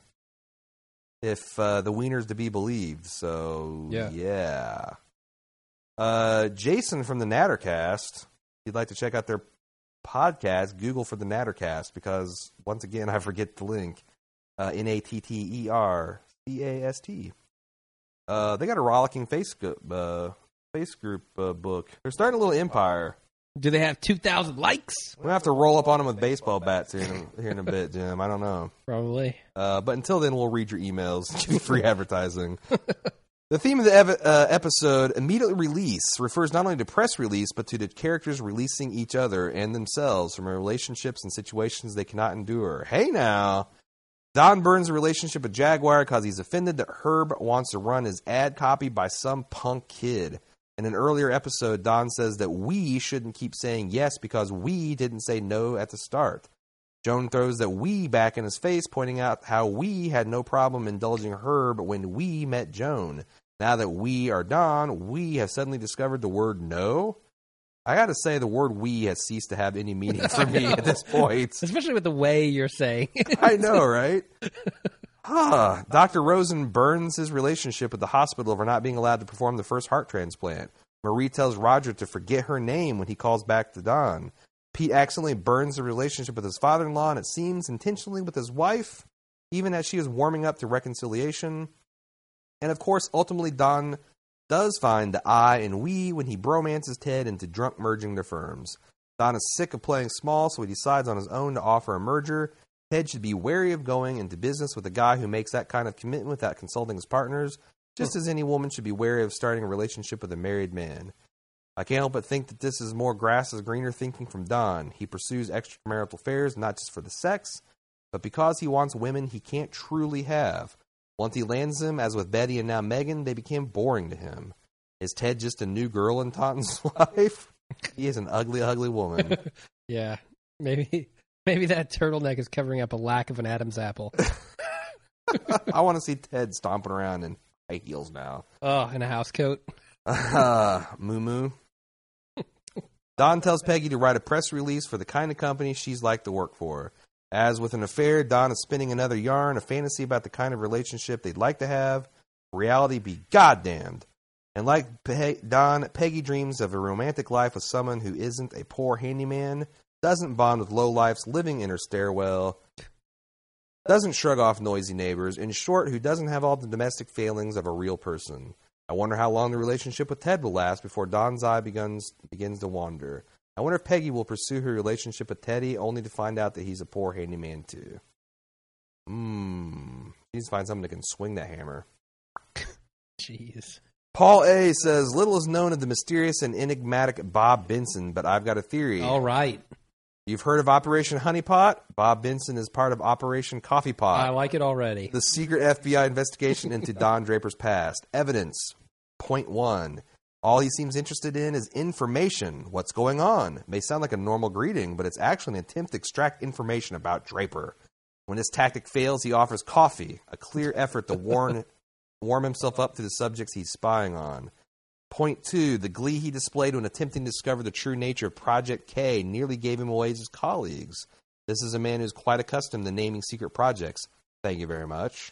S2: If uh, the wiener's to be believed, so
S1: Yeah.
S2: yeah. Uh, Jason from the Nattercast. If you'd like to check out their podcast? Google for the Nattercast because once again I forget the link. Uh, N a t t e r c a s t. Uh, they got a rollicking face go- uh, face group uh, book. They're starting a little empire.
S1: Do they have two thousand likes?
S2: We're gonna have to roll up on them with baseball bats here in a, here in a bit, Jim. I don't know,
S1: Probably.
S2: uh, but until then, we'll read your emails, give you free advertising. The theme of the ev- uh, episode, immediate release, refers not only to press release but to the characters releasing each other and themselves from relationships and situations they cannot endure. Hey now. Don Burns' relationship with Jaguar because he's offended that Herb wants to run his ad copy by some punk kid. In an earlier episode, Don says that we shouldn't keep saying yes because we didn't say no at the start. Joan throws that we back in his face, pointing out how we had no problem indulging Herb when we met Joan. Now that we are Don, we have suddenly discovered the word no. I gotta say, the word we has ceased to have any meaning for me at this point.
S1: Especially with the way you're saying. it.
S2: I know, right? Huh. Dr. Rosen burns his relationship with the hospital for not being allowed to perform the first heart transplant. Marie tells Roger to forget her name when he calls back to Don. Pete accidentally burns the relationship with his father in law, and it seems intentionally with his wife, even as she is warming up to reconciliation. And of course, ultimately, Don does find the I and we when he bromances Ted into drunk merging their firms. Don is sick of playing small, so he decides on his own to offer a merger. Ted should be wary of going into business with a guy who makes that kind of commitment without consulting his partners, just as any woman should be wary of starting a relationship with a married man. I can't help but think that this is more grass is greener thinking from Don. He pursues extramarital affairs not just for the sex, but because he wants women he can't truly have. Once he lands them, as with Betty and now Megan, they became boring to him. Is Ted just a new girl in Taunton's life? He is an ugly, ugly woman.
S1: yeah, maybe maybe that turtleneck is covering up a lack of an Adam's apple.
S2: I want to see Ted stomping around in high heels now.
S1: Oh, and a house coat.
S2: Uh, moo moo. Don tells Peggy to write a press release for the kind of company she's like to work for. As with an affair, Don is spinning another yarn, a fantasy about the kind of relationship they'd like to have. Reality be goddamned. And like Pe- Don, Peggy dreams of a romantic life with someone who isn't a poor handyman, doesn't bond with lowlifes living in her stairwell, doesn't shrug off noisy neighbors, in short, who doesn't have all the domestic failings of a real person. I wonder how long the relationship with Ted will last before Don's eye begins begins to wander. I wonder if Peggy will pursue her relationship with Teddy only to find out that he's a poor handyman too. Hmm. She needs to find someone that can swing that hammer.
S1: Jeez.
S2: Paul A says little is known of the mysterious and enigmatic Bob Benson, but I've got a theory.
S1: All right.
S2: You've heard of Operation Honeypot? Bob Benson is part of Operation Coffee Pot.
S1: I like it already.
S2: The secret FBI investigation into Don Draper's past. Evidence. Point one. All he seems interested in is information. What's going on? May sound like a normal greeting, but it's actually an attempt to extract information about Draper. When this tactic fails, he offers coffee, a clear effort to warn, warm himself up to the subjects he's spying on. Point two, the glee he displayed when attempting to discover the true nature of Project K nearly gave him away to his colleagues. This is a man who's quite accustomed to naming secret projects. Thank you very much.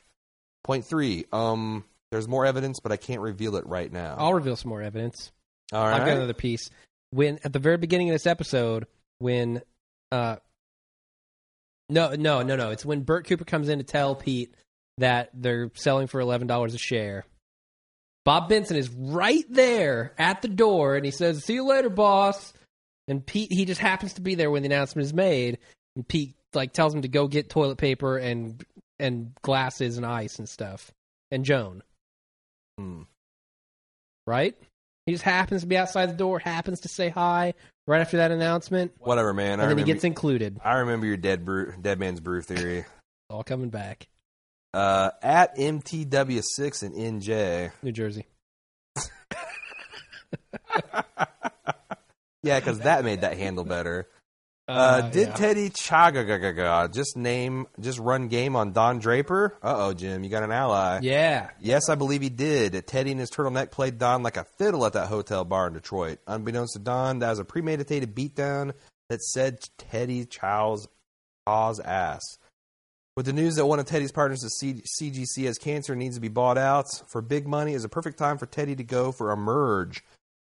S2: Point three, um, there's more evidence, but I can't reveal it right now.
S1: I'll reveal some more evidence.
S2: All right.
S1: I've got another piece. When at the very beginning of this episode, when uh no, no, no, no. It's when Bert Cooper comes in to tell Pete that they're selling for eleven dollars a share. Bob Benson is right there at the door and he says, See you later, boss. And Pete he just happens to be there when the announcement is made and Pete like tells him to go get toilet paper and and glasses and ice and stuff. And Joan
S2: Hmm.
S1: right? He just happens to be outside the door, happens to say hi right after that announcement,
S2: Whatever, man.
S1: and
S2: I
S1: then he
S2: remember,
S1: gets included.
S2: I remember your dead brew, dead man's brew theory.
S1: All coming back,
S2: Uh, at MTW6 and NJ.
S1: New Jersey.
S2: Yeah, because that made that handle better. Uh, did Teddy Chaga just name just run game on Don Draper? Uh oh, Jim, you got an ally.
S1: Yeah.
S2: Yes, I believe he did. Teddy and his turtleneck played Don like a fiddle at that hotel bar in Detroit. Unbeknownst to Don, that was a premeditated beatdown that said Teddy Chow's Chow's ass. With the news that one of Teddy's partners at C- CGC has cancer and needs to be bought out for big money, is a perfect time for Teddy to go for a merge.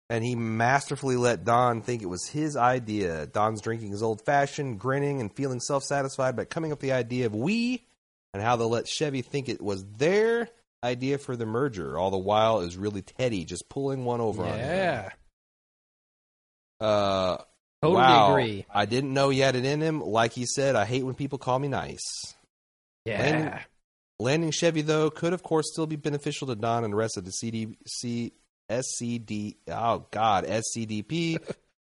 S2: And he masterfully let Don think it was his idea. Don's drinking his old fashioned, grinning, and feeling self satisfied by coming up with the idea of we and how they'll let Chevy think it was their idea for the merger. All the while, it was really Teddy just pulling one over on him.
S1: Yeah.
S2: Uh,
S1: Totally
S2: wow.
S1: agree.
S2: I didn't know you had it in him. Like he said, I hate when people call me nice.
S1: Yeah.
S2: Landing Chevy, though, could of course still be beneficial to Don and the rest of the CDC, SCD, oh God, SCDP.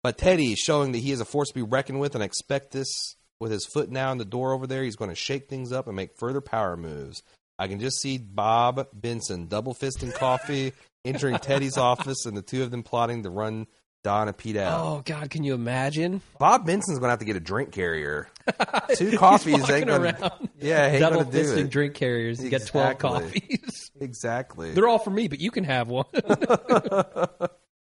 S2: but Teddy is showing that he is a force to be reckoned with, and I expect this with his foot now in the door over there. He's going to shake things up and make further power moves. I can just see Bob Benson double fisting coffee, entering Teddy's office, and the two of them plotting to run Don and Pete out.
S1: Oh God, can you imagine?
S2: Bob Benson's going to have to get a drink carrier. Two coffees
S1: He's
S2: ain't
S1: walking
S2: going to.
S1: around.
S2: Yeah, ain't
S1: Double
S2: going to do
S1: fisting
S2: it.
S1: drink carriers. You got twelve
S2: Exactly.
S1: coffees.
S2: Exactly.
S1: They're all for me, but you can have one.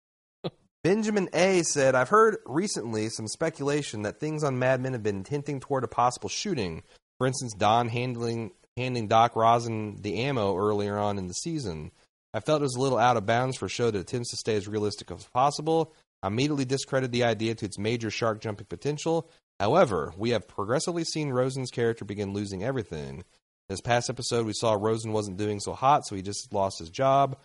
S2: Benjamin A said, I've heard recently some speculation that things on Mad Men have been hinting toward a possible shooting. For instance, Don handling handing Doc Rosin the ammo earlier on in the season. I felt it was a little out of bounds for a show that attempts to stay as realistic as possible. I immediately discredited the idea to its major shark jumping potential. However, we have progressively seen Rosen's character begin losing everything. This past episode, we saw Rosen wasn't doing so hot, so he just lost his job.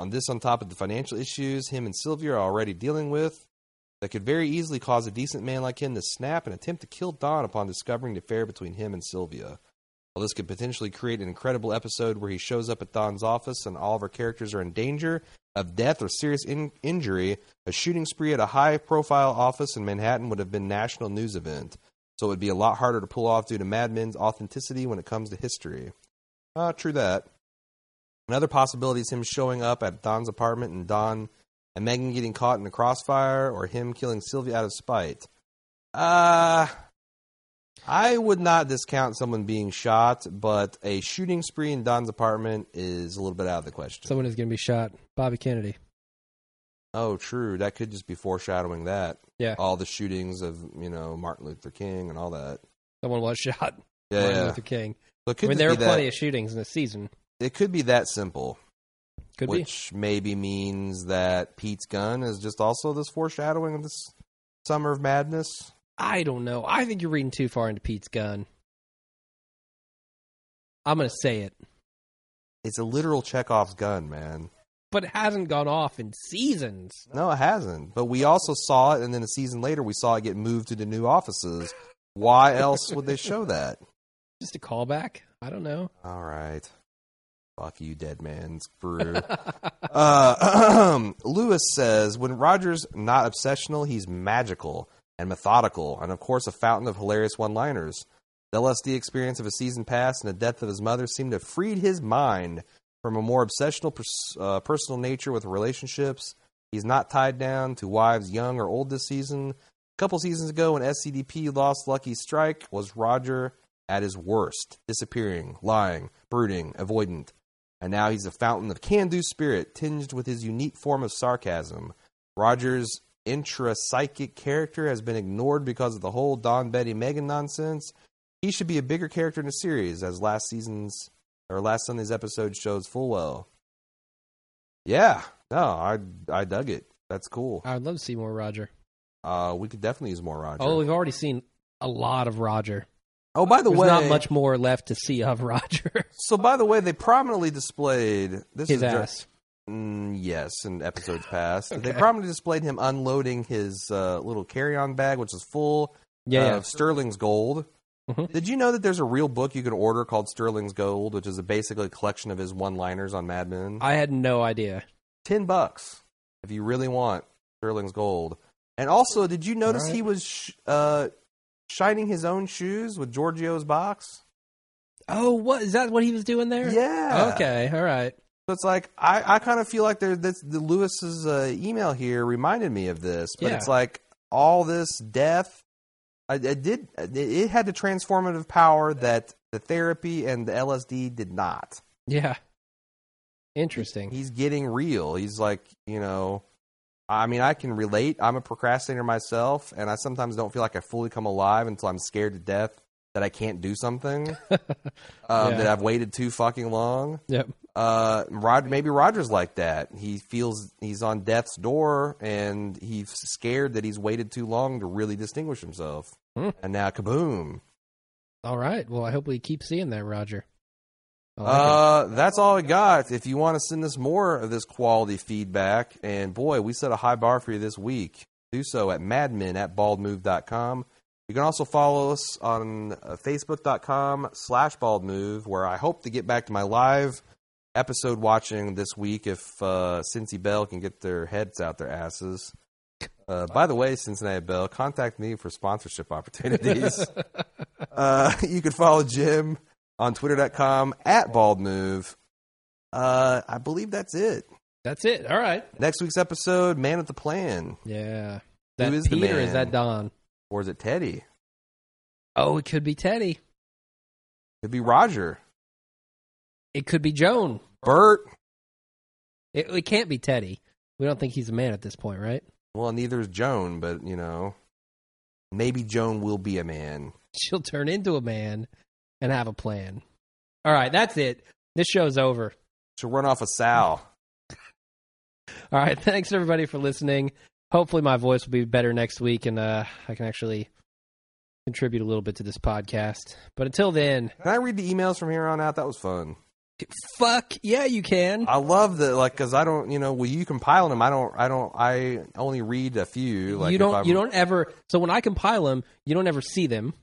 S2: On this, on top of the financial issues him and Sylvia are already dealing with, that could very easily cause a decent man like him to snap and attempt to kill Don upon discovering the affair between him and Sylvia. While this could potentially create an incredible episode where he shows up at Don's office and all of our characters are in danger of death or serious in- injury, a shooting spree at a high profile office in Manhattan would have been national news event. So it would be a lot harder to pull off due to Mad Men's authenticity when it comes to history. Ah, true that. Another possibility is him showing up at Don's apartment and Don and Megan getting caught in the crossfire or him killing Sylvia out of spite. Uh I would not discount someone being shot, but a shooting spree in Don's apartment is a little bit out of the question.
S1: Someone is going to be shot. Bobby Kennedy.
S2: oh, true. That could just be foreshadowing that.
S1: Yeah.
S2: All the shootings of, you know, Martin Luther King and all that.
S1: Someone was shot.
S2: Yeah.
S1: Martin
S2: yeah.
S1: Luther King.
S2: So it could
S1: I mean,
S2: just
S1: there
S2: be
S1: were plenty
S2: that,
S1: of shootings in this season.
S2: it could be that simple.
S1: Could be.
S2: which maybe means that Pete's gun is just also this foreshadowing of this summer of madness.
S1: I don't know. I think you're reading too far into Pete's gun. I'm going to say it,
S2: It's a literal Chekhov's gun, man.
S1: but it hasn't gone off in seasons.
S2: No, it hasn't. But we also saw it, and then a season later, we saw it get moved to the new offices. Why else would they show that?
S1: Just a callback. I don't know.
S2: All right. Fuck you, dead man's brew. uh, Lewis says when Roger's not obsessional, he's magical and methodical, and of course, a fountain of hilarious one liners. The LSD experience of a season past and the death of his mother seemed to have freed his mind from a more obsessional pers- uh, personal nature with relationships. He's not tied down to wives young or old this season. A couple seasons ago, when SCDP lost Lucky Strike, was Roger at his worst, disappearing, lying, brooding, avoidant. And now he's a fountain of can do spirit, tinged with his unique form of sarcasm. Roger's intrapsychic character has been ignored because of the whole Don Betty Megan nonsense. He should be a bigger character in the series, as last season's or last Sunday's episode shows full well. Yeah, no, I I dug it. That's cool.
S1: I would love to see more Roger.
S2: Uh, we could definitely use more Roger.
S1: Oh, we've already seen a lot of Roger.
S2: oh, by the
S1: There's
S2: way,
S1: not much more left to see of Roger.
S2: So, by the way, they prominently displayed this
S1: His
S2: is dr-
S1: ass.
S2: Mm, yes, in episodes past. They prominently displayed him unloading his uh, little carry on bag, which is full
S1: Yeah, yeah.
S2: of Sterling's Gold.
S1: Mhm.
S2: Did you know that there's a real book you can order called Sterling's Gold, which is a basically a collection of his one liners on Mad Men?
S1: I had no idea.
S2: 10 bucks if you really want Sterling's Gold. And also, did you notice
S1: Alright.
S2: he was sh- uh, shining his own shoes with Giorgio's box?
S1: Oh, what is that? What he was doing there?
S2: Yeah.
S1: Okay. All right.
S2: So it's like I, I kind of feel like there this the Lewis's uh, email here reminded me of this, but
S1: Yeah.
S2: it's like all this death I, I did. It it had the transformative power that the therapy and the LSD did not.
S1: Yeah. Interesting.
S2: He's getting real. He's like, you know, I mean, I can relate. I'm a procrastinator myself, and I sometimes don't feel like I fully come alive until I'm scared to death that I can't do something um,
S1: Yeah.
S2: that I've waited too fucking long.
S1: Yep.
S2: Uh, Rod, maybe Roger's like that. He feels he's on death's door, and he's scared that he's waited too long to really distinguish himself.
S1: Hmm.
S2: And now, kaboom!
S1: All right. Well, I hope we keep seeing that, Roger. I like it.
S2: Uh, that's all I got. If you want to send us more of this quality feedback, and boy, we set a high bar for you this week, do so at madmen at baldmove.com. You can also follow us on uh, facebook.com slash baldmove, where I hope to get back to my live episode watching this week if uh, Cincy Bell can get their heads out their asses. Uh, by the way, Cincinnati Bell, contact me for sponsorship opportunities. uh, you can follow Jim on twitter.com at bald move uh, i believe that's it
S1: That's it. All right.
S2: next week's episode man with the plan
S1: Yeah. That
S2: is the
S1: Peter is
S2: man?
S1: that Don?
S2: or is it teddy
S1: Oh, it could be Teddy.
S2: it'd be roger
S1: It could be Joan.
S2: bert
S1: It, it can't be Teddy. We don't think he's a man at this point, right?
S2: well neither is joan but you know maybe joan will be a man
S1: She'll turn into a man and have a plan. All right, that's it. This show's over.
S2: she'll run off a sal
S1: All right, thanks everybody for listening. Hopefully, my voice will be better next week, and uh, I can actually contribute a little bit to this podcast. But until then,
S2: can i read the emails from here on out that was fun
S1: fuck yeah, you can.
S2: i love that like because i don't you know well you compile them i don't i don't i only read a few like
S1: you
S2: if
S1: don't.
S2: I'm-
S1: You don't ever. So when I compile them, you don't ever see them.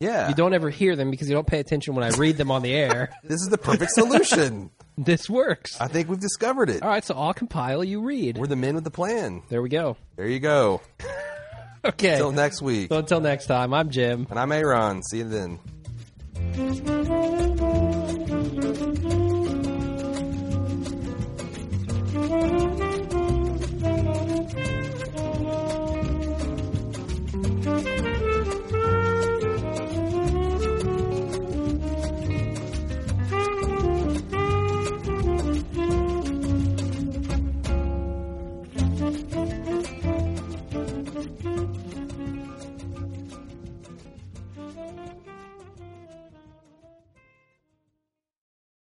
S2: yeah
S1: You don't ever hear them because you don't pay attention when I read them on the air.
S2: this is the perfect solution
S1: this works.
S2: i think we've discovered it
S1: All right, so I'll compile. You read.
S2: we're the men with the plan
S1: There we go.
S2: There you go.
S1: Okay.
S2: Till next week.
S1: So until next time, I'm Jim.
S2: And I'm Aaron. See you then.
S3: Thank you.